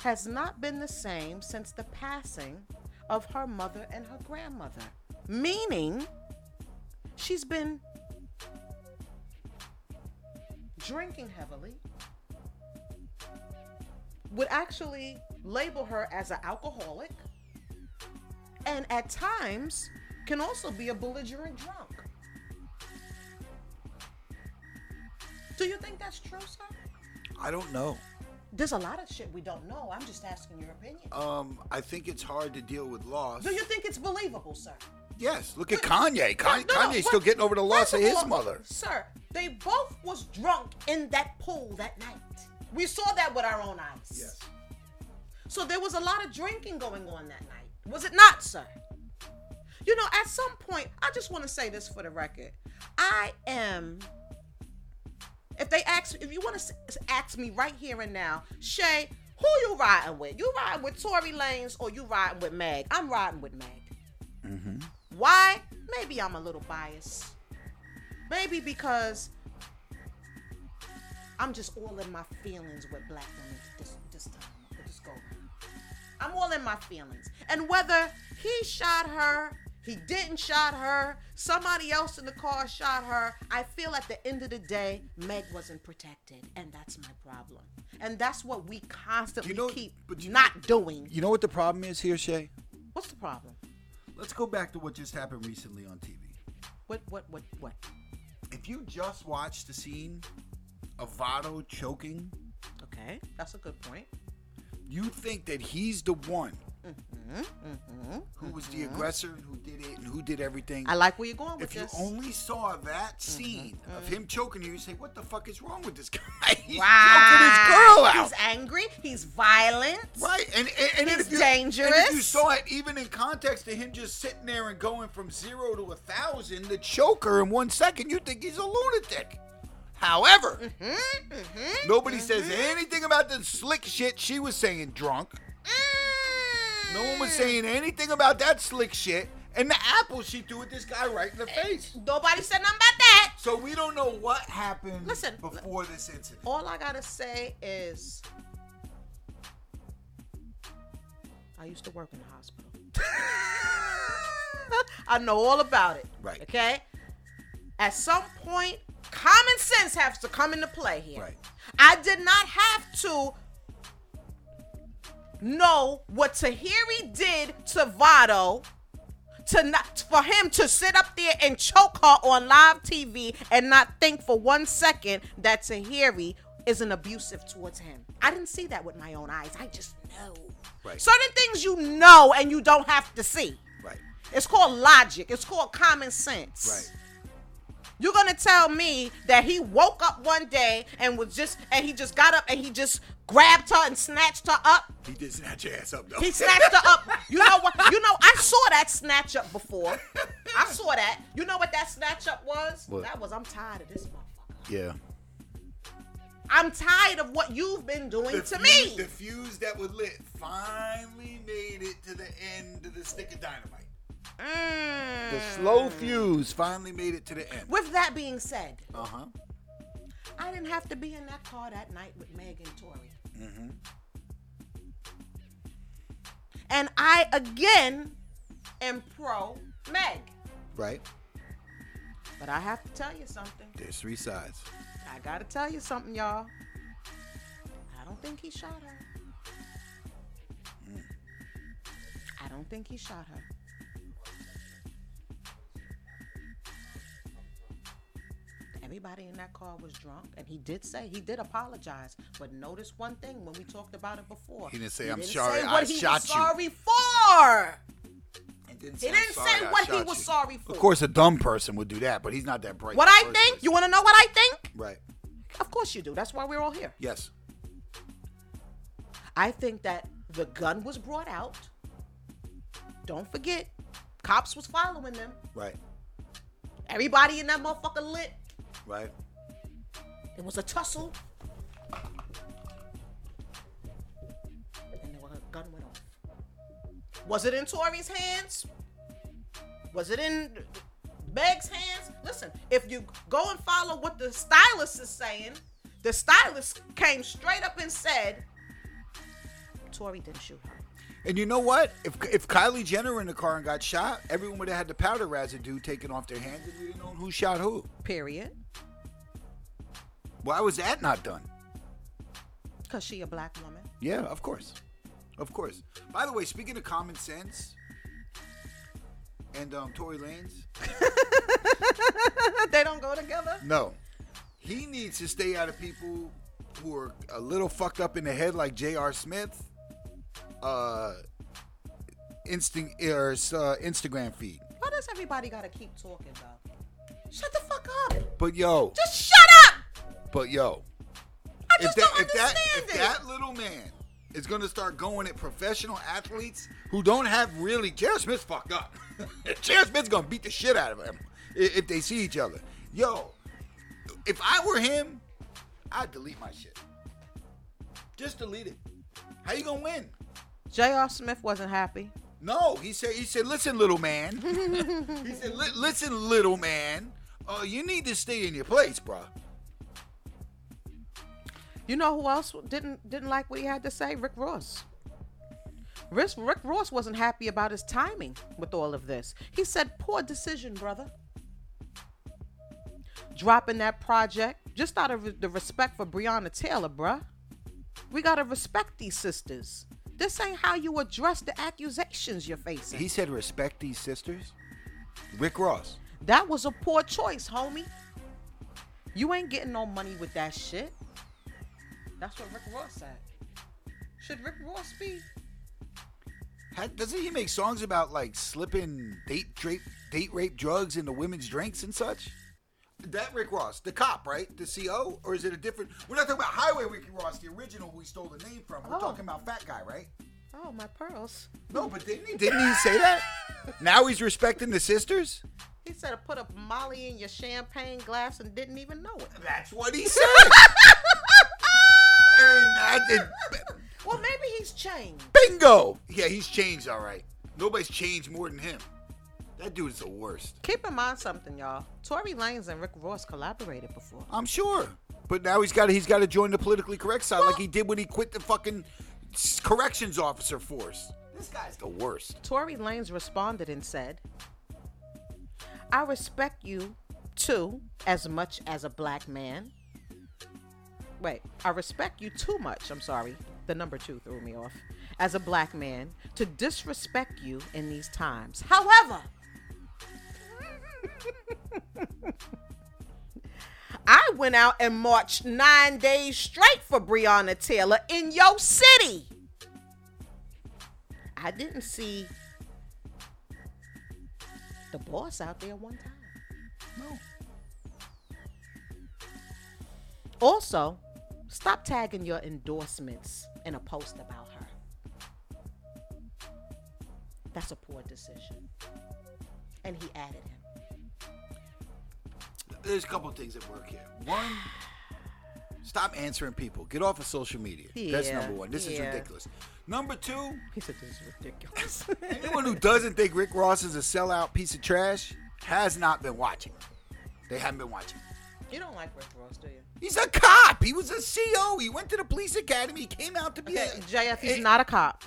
has not been the same since the passing of her mother and her grandmother, meaning she's been drinking heavily, would actually label her as an alcoholic, and at times can also be a belligerent drunk. Do you think that's true, sir?
I don't know.
There's a lot of shit we don't know. I'm just asking your opinion.
Um, I think it's hard to deal with loss.
Do you think it's believable, sir?
Yes, look at Kanye. Kanye,
No, no,
Kanye's
what-
still getting over the loss
first
of his
all,
mother.
Sir, they both was drunk in that pool that night. We saw that with our own eyes.
Yes.
So there was a lot of drinking going on that night. Was it not, sir? You know, at some point, I just want to say this for the record. I am if they ask, if you want to ask me right here and now, Shay, who you riding with? You riding with Tory Lanez or you riding with Meg? I'm riding with Meg. Why? Maybe I'm a little biased. Maybe because I'm just all in my feelings with black women this, this time, with this go round. I'm all in my feelings. And whether he shot her, he didn't shot her, somebody else in the car shot her, I feel at the end of the day, Meg wasn't protected. And that's my problem. And that's what we constantly
You know-
keep
but you-
not doing.
You know what the problem is here, Shay?
What's the problem?
Let's go back to what just happened recently on TV.
What, what, what, what?
If you just watched the scene of Votto choking,
Okay, that's a good point.
you think that he's the one
Mm-hmm,
who was the aggressor and who did it and who did everything.
I like where you're going with
if you
this.
only saw
Mm-hmm,
that scene of him choking you, you say, "What the fuck is wrong with this guy? He's choking his girl out."
He's angry. He's violent.
Right, and and, and
He's
if you,
dangerous.
And if you saw it, even in context to him just sitting there and going from zero to a thousand, the choker in one second, you think he's a lunatic. However,
Mm-hmm,
nobody says anything about the slick shit she was saying drunk.
Mm.
No one was saying anything about that slick shit, and the apple she threw at this guy right in the face.
Nobody said nothing about that.
So we don't know what happened
Listen, l-
before this incident.
All I gotta say is, I used to work in the hospital. I know all about it.
Right.
Okay. At some point, common sense has to come into play here.
Right.
I did not have to know what Tahiri did to Votto to not for him to sit up there and choke her on live TV and not think for one second that Tahiri isn't abusive towards him. I didn't see that with my own eyes. I just know.
Right.
Certain things you know and you don't have to see.
Right.
It's called logic. It's called common sense.
Right.
You're gonna tell me that he woke up one day and was just and he just got up and he just grabbed her and snatched her up
He did snatch your ass up though.
he snatched her up. You know what? You know, I saw that snatch up before. I saw that. You know what that snatch up was?
What?
That was I'm tired of this motherfucker.
yeah.
I'm tired of what you've been doing
The
to
fuse-
me.
The fuse that was lit finally made it to the end of the stick of dynamite.
Mm.
slow fuse finally made it to the end.
With that being said,
Uh huh.
I didn't have to be in that car that night with Meg and Tori.
Mm-hmm.
And I again am pro Meg.
Right.
But I have to tell you something.
There's three sides.
I gotta tell you something, y'all. I don't think he shot her. I don't think he shot her. Everybody in that car was drunk, and he did say he did apologize. But notice one thing when we talked about it before.
He didn't say, "I'm sorry, I
he
shot
was
you."
Sorry for.
It didn't
He didn't say what he was sorry for.
Of course, a dumb person would do that, but he's not that bright.
What
in the
I
first
think?
place.
You want to know what I think?
Right.
Of course you do. That's why we're all here.
Yes.
I think that the gun was brought out. Don't forget, cops was following them.
Right.
Everybody in that motherfucker lit.
Right.
It was a tussle. And the gun went off. Was it in Tori's hands? Was it in Meg's hands? Listen, if you go and follow what the stylist is saying, the stylist came straight up and said, Tory didn't shoot her.
And you know what? If if Kylie Jenner were in the car and got shot, everyone would have had the powder residue taken off their hands, and we didn't know who shot who.
Period.
Why was that not done?
Because she a black woman.
Yeah, of course, of course. By the way, speaking of common sense and um, Tory Lanez,
they don't go together.
no, he needs to stay out of people who are a little fucked up in the head, like J.R. Smith. Uh, instinct or uh, Instagram feed.
Why does everybody gotta keep talking though? Shut the fuck up.
But yo,
Just shut up.
but yo,
I just don't
if that
understand
if
it.
that little man is gonna start going at professional athletes who don't have really Jared Smith's fucked up. Jared Smith's gonna beat the shit out of him i- if they see each other. Yo, if I were him, I'd delete my shit. Just delete it. How you gonna win?
J.R. Smith wasn't happy.
No, he said. He said, "Listen, little man." he said, "Li- "Listen, little man. Uh, you need to stay in your place, bruh.
You know who else didn't didn't like what he had to say? Rick Ross. Rick, Rick Ross wasn't happy about his timing with all of this. He said, "Poor decision, brother." Dropping that project just out of re- the respect for Breonna Taylor, bruh. We gotta respect these sisters. This ain't how you address the accusations you're facing.
He said, "Respect these sisters." Rick Ross.
That was a poor choice, homie. You ain't getting no money with that shit. That's what Rick Ross said. Should Rick Ross be?
How, doesn't he make songs about like slipping date drape, date rape drugs into women's drinks and such? That Rick Ross, the cop, right? The CO, or is it a different? We're not talking about Highway Rick Ross, the original who we stole the name from. We're
Oh.
talking about Fat Guy, right?
Oh, my pearls.
No, but didn't he? Didn't he say that? Now he's respecting the sisters.
He said to put a Molly in your champagne glass and didn't even know it.
That's what he said. and I did
Well, maybe he's changed.
bingo. Yeah, he's changed, all right. Nobody's changed more than him. That dude is the worst.
Keep in mind something, y'all. Tory Lanez and Rick Ross collaborated before.
I'm sure. But now he's got to he's got to join the politically correct side like he did when he quit the fucking s- corrections officer force. This guy's the worst.
Tory Lanez responded and said, I respect you too as much as a black man. Wait, I respect you too much, I'm sorry. The number two threw me off. As a black man, to disrespect you in these times. However, I went out and marched nine days straight for Breonna Taylor in your city. I didn't see the boss out there one time.
No.
Also, stop tagging your endorsements in a post about her. That's a poor decision. And he added him.
There's a couple things at work here. One, stop answering people. Get off of social media. That's
Yeah,
number one. This is
yeah.
ridiculous. Number two,
He said this is ridiculous.
anyone who doesn't think Rick Ross is a sellout piece of trash has not been watching. They haven't been watching.
you don't like Rick Ross, do you?
He's a cop. He was a CO. He went to the police academy. He came out to be
Okay,
a
JF, he's
a-
not a cop.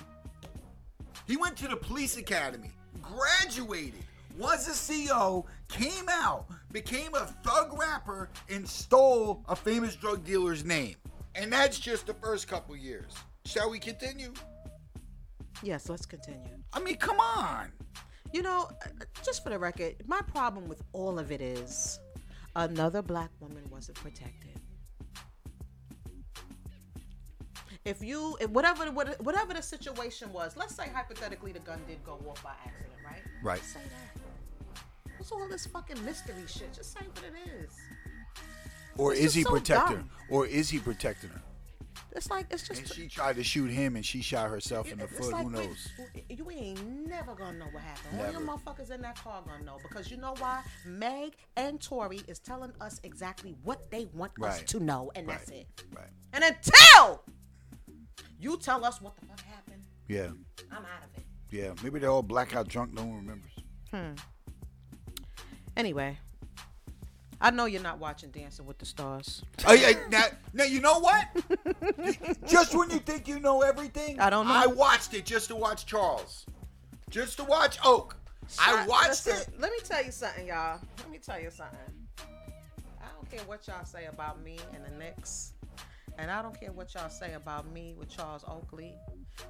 He went to the police academy, graduated, was a CO, came out, became a thug rapper, and stole a famous drug dealer's name. And that's just the first couple years. Shall we continue?
Yes, let's continue.
I mean, come on.
You know, uh, just for the record, my problem with all of it is another black woman wasn't protected. If you, if whatever, what- whatever the situation was, let's say hypothetically the gun did go off by accident, right?
Right.
Say that. What's all this fucking mystery shit? Just say what it is.
Or
This is so
protecting
dumb.
Or is he protecting her?
It's like it's just.
And she tried to shoot him and she shot herself in the
It's
foot.
like
Who
we-
knows?
You ain't never gonna know what happened. All
Never.
you motherfuckers in that car gonna know because you know why? Meg and Tori is telling us exactly what they want us
Right.
to know, and that's
Right.
it.
Right.
And until you tell us what the fuck happened,
Yeah.
I'm out of it.
Yeah. Maybe they're all blackout drunk. No one remembers.
Anyway, I know you're not watching Dancing with the Stars.
I, I, now, now you know what? just when you think you know everything,
I don't know.
I watched it just to watch Charles, just to watch Oak. I
Shot-
watched it.
listen, Let me tell you something, y'all. Let me tell you something. I don't care what y'all say about me and the Knicks, and I don't care what y'all say about me with Charles Oakley.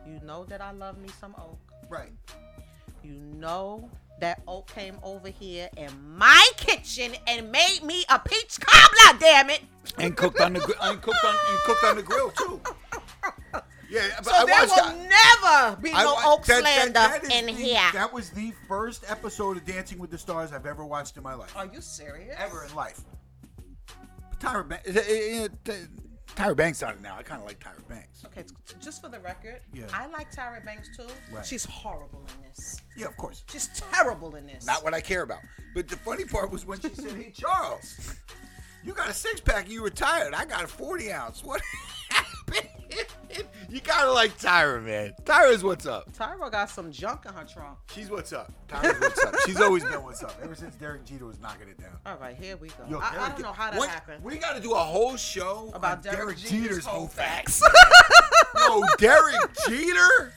You know that I love me some Oak.
Right.
You know that Oak came over here in my kitchen and made me a peach cobbler. Damn it!
And cooked on the gr- and cooked on and cooked on the grill too. Yeah, but
So
I
there
watched
will
that.
never be
I
no
wa-
Oak
that-
slander
that- that is
in
the-
here.
That was the first episode of Dancing with the Stars I've ever watched in my life.
Are you serious?
ever in life. But Tyra, Banks, eh, Tyra Banks on it now. I kind of like Tyra Banks.
Okay, t- just for the record,
Yeah.
I like Tyra Banks too.
Right.
She's horrible in this.
Yeah, of course.
She's terrible in this.
Not what I care about. But the funny part was when she said, "Hey Charles, you got a six pack and you retired. I got a forty ounce. What happened?" you gotta like Tyra, man. Tyra's what's up.
Tyra got some junk in her trunk.
She's what's up. Tyra's what's up. She's always been what's up. Ever since Derek Jeter was knocking it down.
All right, here we go.
Yo,
I, I
Derek-
don't know how that
what-
happened.
We got to do a whole show
About
on
Derek
Derek
Jeter's
Jeter's
whole
whole facts. no, Derek Jeter.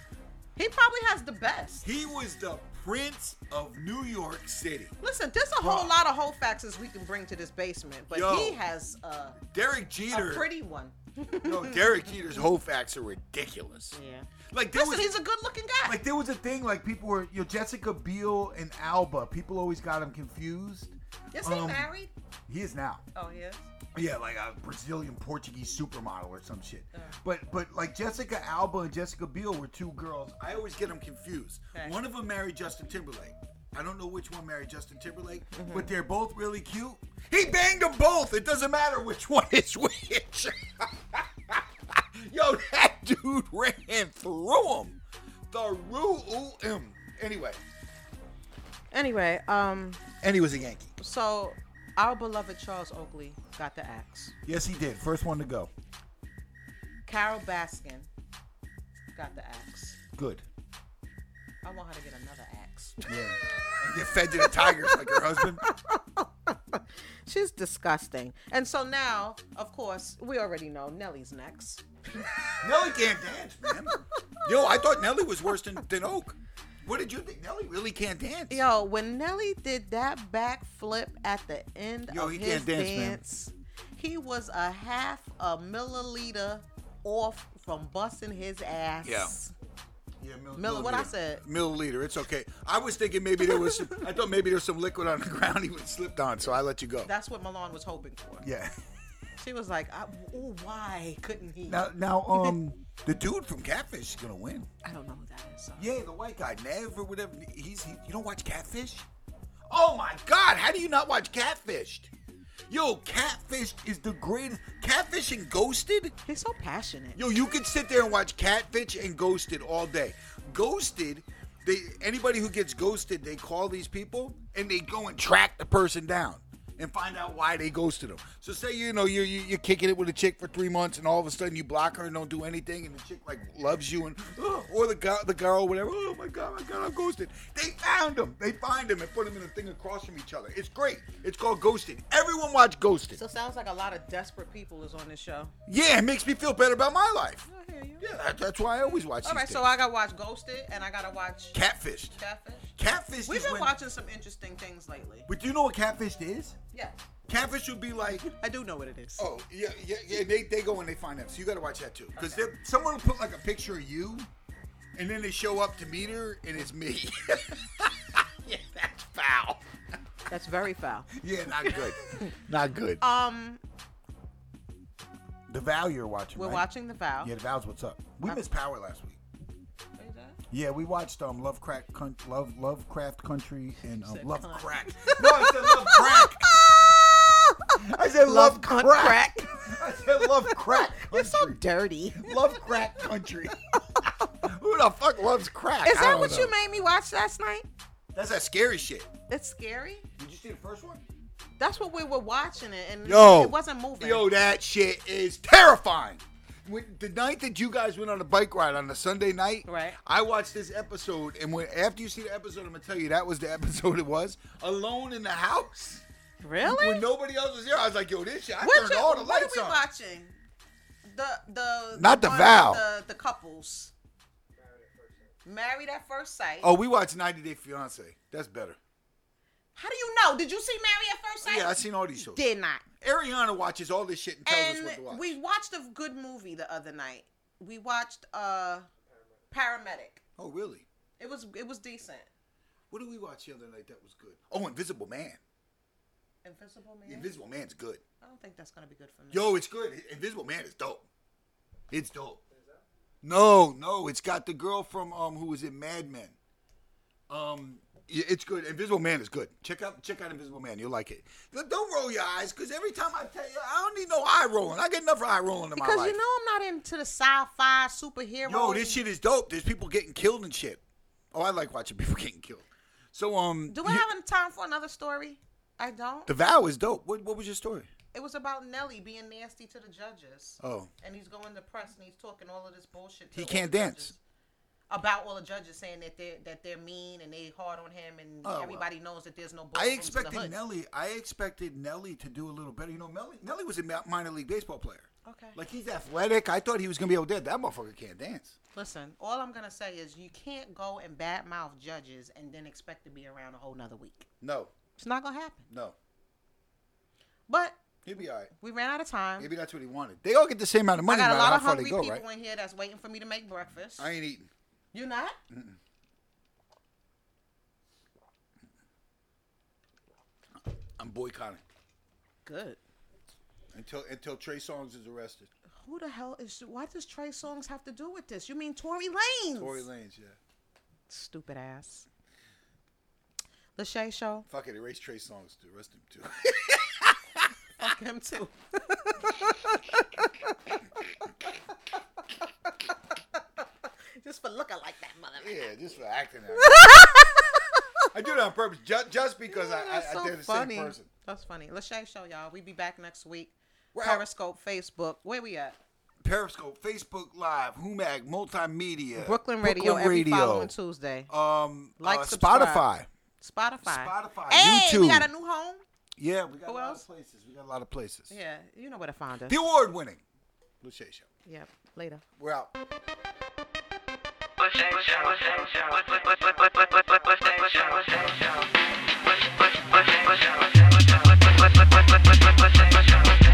He probably has the best.
He was the prince of New York City.
Listen, there's a whole lot of whole faxes we can bring to this basement, but
Yo.
he has uh,
Derek
a
Jeter.
pretty one.
no, Derek Jeter's whole facts are ridiculous.
Yeah.
Like there
Listen,
was.
he's a good looking guy.
like there was a thing like people were you know, Jessica Biel and Alba. People always got him confused.
is he
um,
married?
He is now.
Oh, he is.
Yeah, like a Brazilian Portuguese supermodel or some shit. But but like Jessica Alba and Jessica Biel were two girls. I always get them confused.
Okay.
One of them married Justin Timberlake. I don't know which one married Justin Timberlake, but they're both really cute. He banged them both. It doesn't matter which one is which. Yo, that dude ran through him. The roo him. Anyway,
Anyway, um,
and he was a Yankee.
so our beloved Charles Oakley got the axe.
Yes, he did. First one to go.
Carol Baskin got the axe.
Good.
I want her to get another axe.
Yeah. and get fed to the tigers like her husband.
She's disgusting. And so now, of course, we already know Nelly's next.
Nelly can't dance, man. Yo, I thought Nelly was worse than, than Oak. What did you think? Nelly really can't dance.
Yo, when Nelly did that backflip at the end
Yo,
of
he
his
can't dance, man.
dance, he was a half a milliliter off from busting his ass.
Yeah. Yeah, mill-
Mill- what I
milliliter.
said.
Milliliter, it's okay. I was thinking maybe there was some, I thought maybe there was some liquid on the ground he was slipped on, so I let you go.
That's what Milan was hoping for.
yeah.
She was like, I, ooh, why couldn't he?
now um the dude from Catfish is gonna win.
I don't know who that is. sorry.
Yeah, the white guy, never whatever he's he, you don't watch Catfish? Oh my god, how do you not watch Catfished? Yo, Catfish is the greatest Catfish and Ghosted?
He's so passionate.
Yo, you could sit there and watch Catfish and Ghosted all day. Ghosted, they anybody who gets ghosted, they call these people and they go and track the person down and find out why they ghosted them. So say you know you're you- you're kicking it with a chick for three months and all of a sudden you block her and don't do anything and the chick like loves you and "Oh," or the guy the girl whatever. Oh my god, my god, I'm ghosted. They found him. They find him and put him in a thing across from each other. It's great. It's called Ghosted. Everyone watch Ghosted.
So sounds like a lot of desperate people is on this show.
Yeah, it makes me feel better about my life.
I hear you.
Yeah, that, that's why I always watch.
All
these
right, so
things.
I gotta watch Ghosted and I gotta watch
catfished.
Catfish.
Catfished.
We've
is
been
when-
watching some interesting things lately.
But do you know what catfished is?
Yeah,
Catfish would be like,
I do know what it is.
oh yeah, yeah, yeah. They, they go and they find them. So you got to watch that too, because someone will put like a picture of you, and then they show up to meet her, and it's me. yeah, that's foul.
That's very foul.
Yeah, not good. not good.
Um,
the Val you're watching.
we're
right?
watching The Vow. Uh,
Yeah, the Val's what's up. We missed Power last week. Yeah, we watched um Lovecraft Coun- Love Lovecraft Country and um,
said
Love
cunt.
Crack. No, I said Love Crack. Ah! I said
Love
Love,
cunt
crack.
crack.
I said Love Crack
You're so
Country.
dirty.
love Crack Country. Who the fuck loves crack?
Is
I
that
don't
what
know.
you made me watch last night?
That's that scary shit.
It's scary.
Did you see the first one?
That's what we were watching it, and
Yo.
it wasn't moving.
Yo, that shit is terrifying. When, the night that you guys went on a bike ride on a Sunday night,
Right.
I watched this episode, and when after you see the episode, I'm gonna tell you that was the episode it was. Alone in the house
Really?
When nobody else was here, I was like, yo, this shit, I
What,
turned
you,
all the
what are
lights
we
on.
watching? The the
Not the
one with
vow.
The, the couples. Married at first sight.
Oh, we watched 90 Day Fiance. That's better.
How do you know? Did you see Married at First Sight?
Yeah, I've seen all these shows.
Did not.
Ariana watches all this shit and tells us what to watch.
And we watched a good movie the other night. We watched uh Paramedic.
oh, really?
It was it was decent.
What did we watch the other night that was good? Oh, Invisible Man.
Invisible Man.
Invisible Man's good.
I don't think that's gonna be good for me.
Yo, it's good. Invisible Man is dope. It's dope. No, no, it's got the girl from um who was in Mad Men. Um, yeah, it's good. Invisible Man is good. Check out check out Invisible Man. You'll like it. Don't- Don't roll your eyes, cause every time I tell you, I don't need no eye rolling. I get enough eye rolling in my
because
life.
you know I'm not into the sci-fi superhero.
Yo, this shit is dope. There's people getting killed and shit. Oh, I like watching people getting killed. So um,
Do I
you-
have any time for another story? I don't.
the vow is dope. What what was your story?
It was about Nelly being nasty to the judges.
Oh,
And he's going to press and he's talking all of this bullshit. To
He
all
can't
the
dance.
judges. About all the judges saying that they're that they're mean and they hard on him and
Oh, well.
everybody knows that there's no.
I
ballrooms in the
expected
hood.
Nelly. I expected Nelly to do a little better. You know, Nelly, Nelly was a ma- minor league baseball player.
Okay.
Like he's athletic. I thought he was gonna be able to. dance. That motherfucker can't dance.
Listen, all I'm gonna say is you can't go and badmouth judges and then expect to be around a whole nother week.
No,
It's not gonna happen.
no,
But
he'll be all right.
we ran out of time.
Maybe that's what he wanted. They all get the same amount of
I
money.
got a
no
lot
matter how
of
far
hungry
they go,
people
right?
in here that's waiting for me to make breakfast.
I Mm-hmm. ain't eating.
you not?
I'm boycotting
Good.
until until Trey Songz is arrested.
Who the hell is? Why does Trey Songs have to do with this? You mean Tory Lanez?
Tory Lanez, yeah.
Stupid ass. The Shay Show.
Fuck it, erase Trey Songz to arrest him too.
Fuck him too. Just for looking like that mother.
yeah, just for acting out. I do that on purpose, just, just because
Yeah,
I, I,
that's
I
so
did the
funny.
same person.
That's funny. Lachey Show, y'all. We be back next week.
We're out.
Periscope, Facebook. Where we at?
Periscope, Facebook Live, Humag, Multimedia,
Brooklyn Radio
Uh, Brooklyn
every
Radio,
following Tuesday.
um,
Like,
uh,
subscribe.
Spotify.
Spotify.
Spotify,
Hey, we
YouTube.
got a new home.
Yeah, we got
Who
a lot
else?
of places. We got a lot of places.
Yeah, you know where to find us.
The award-winning Lucia Show.
Yep. Later.
We're out.
Thank you.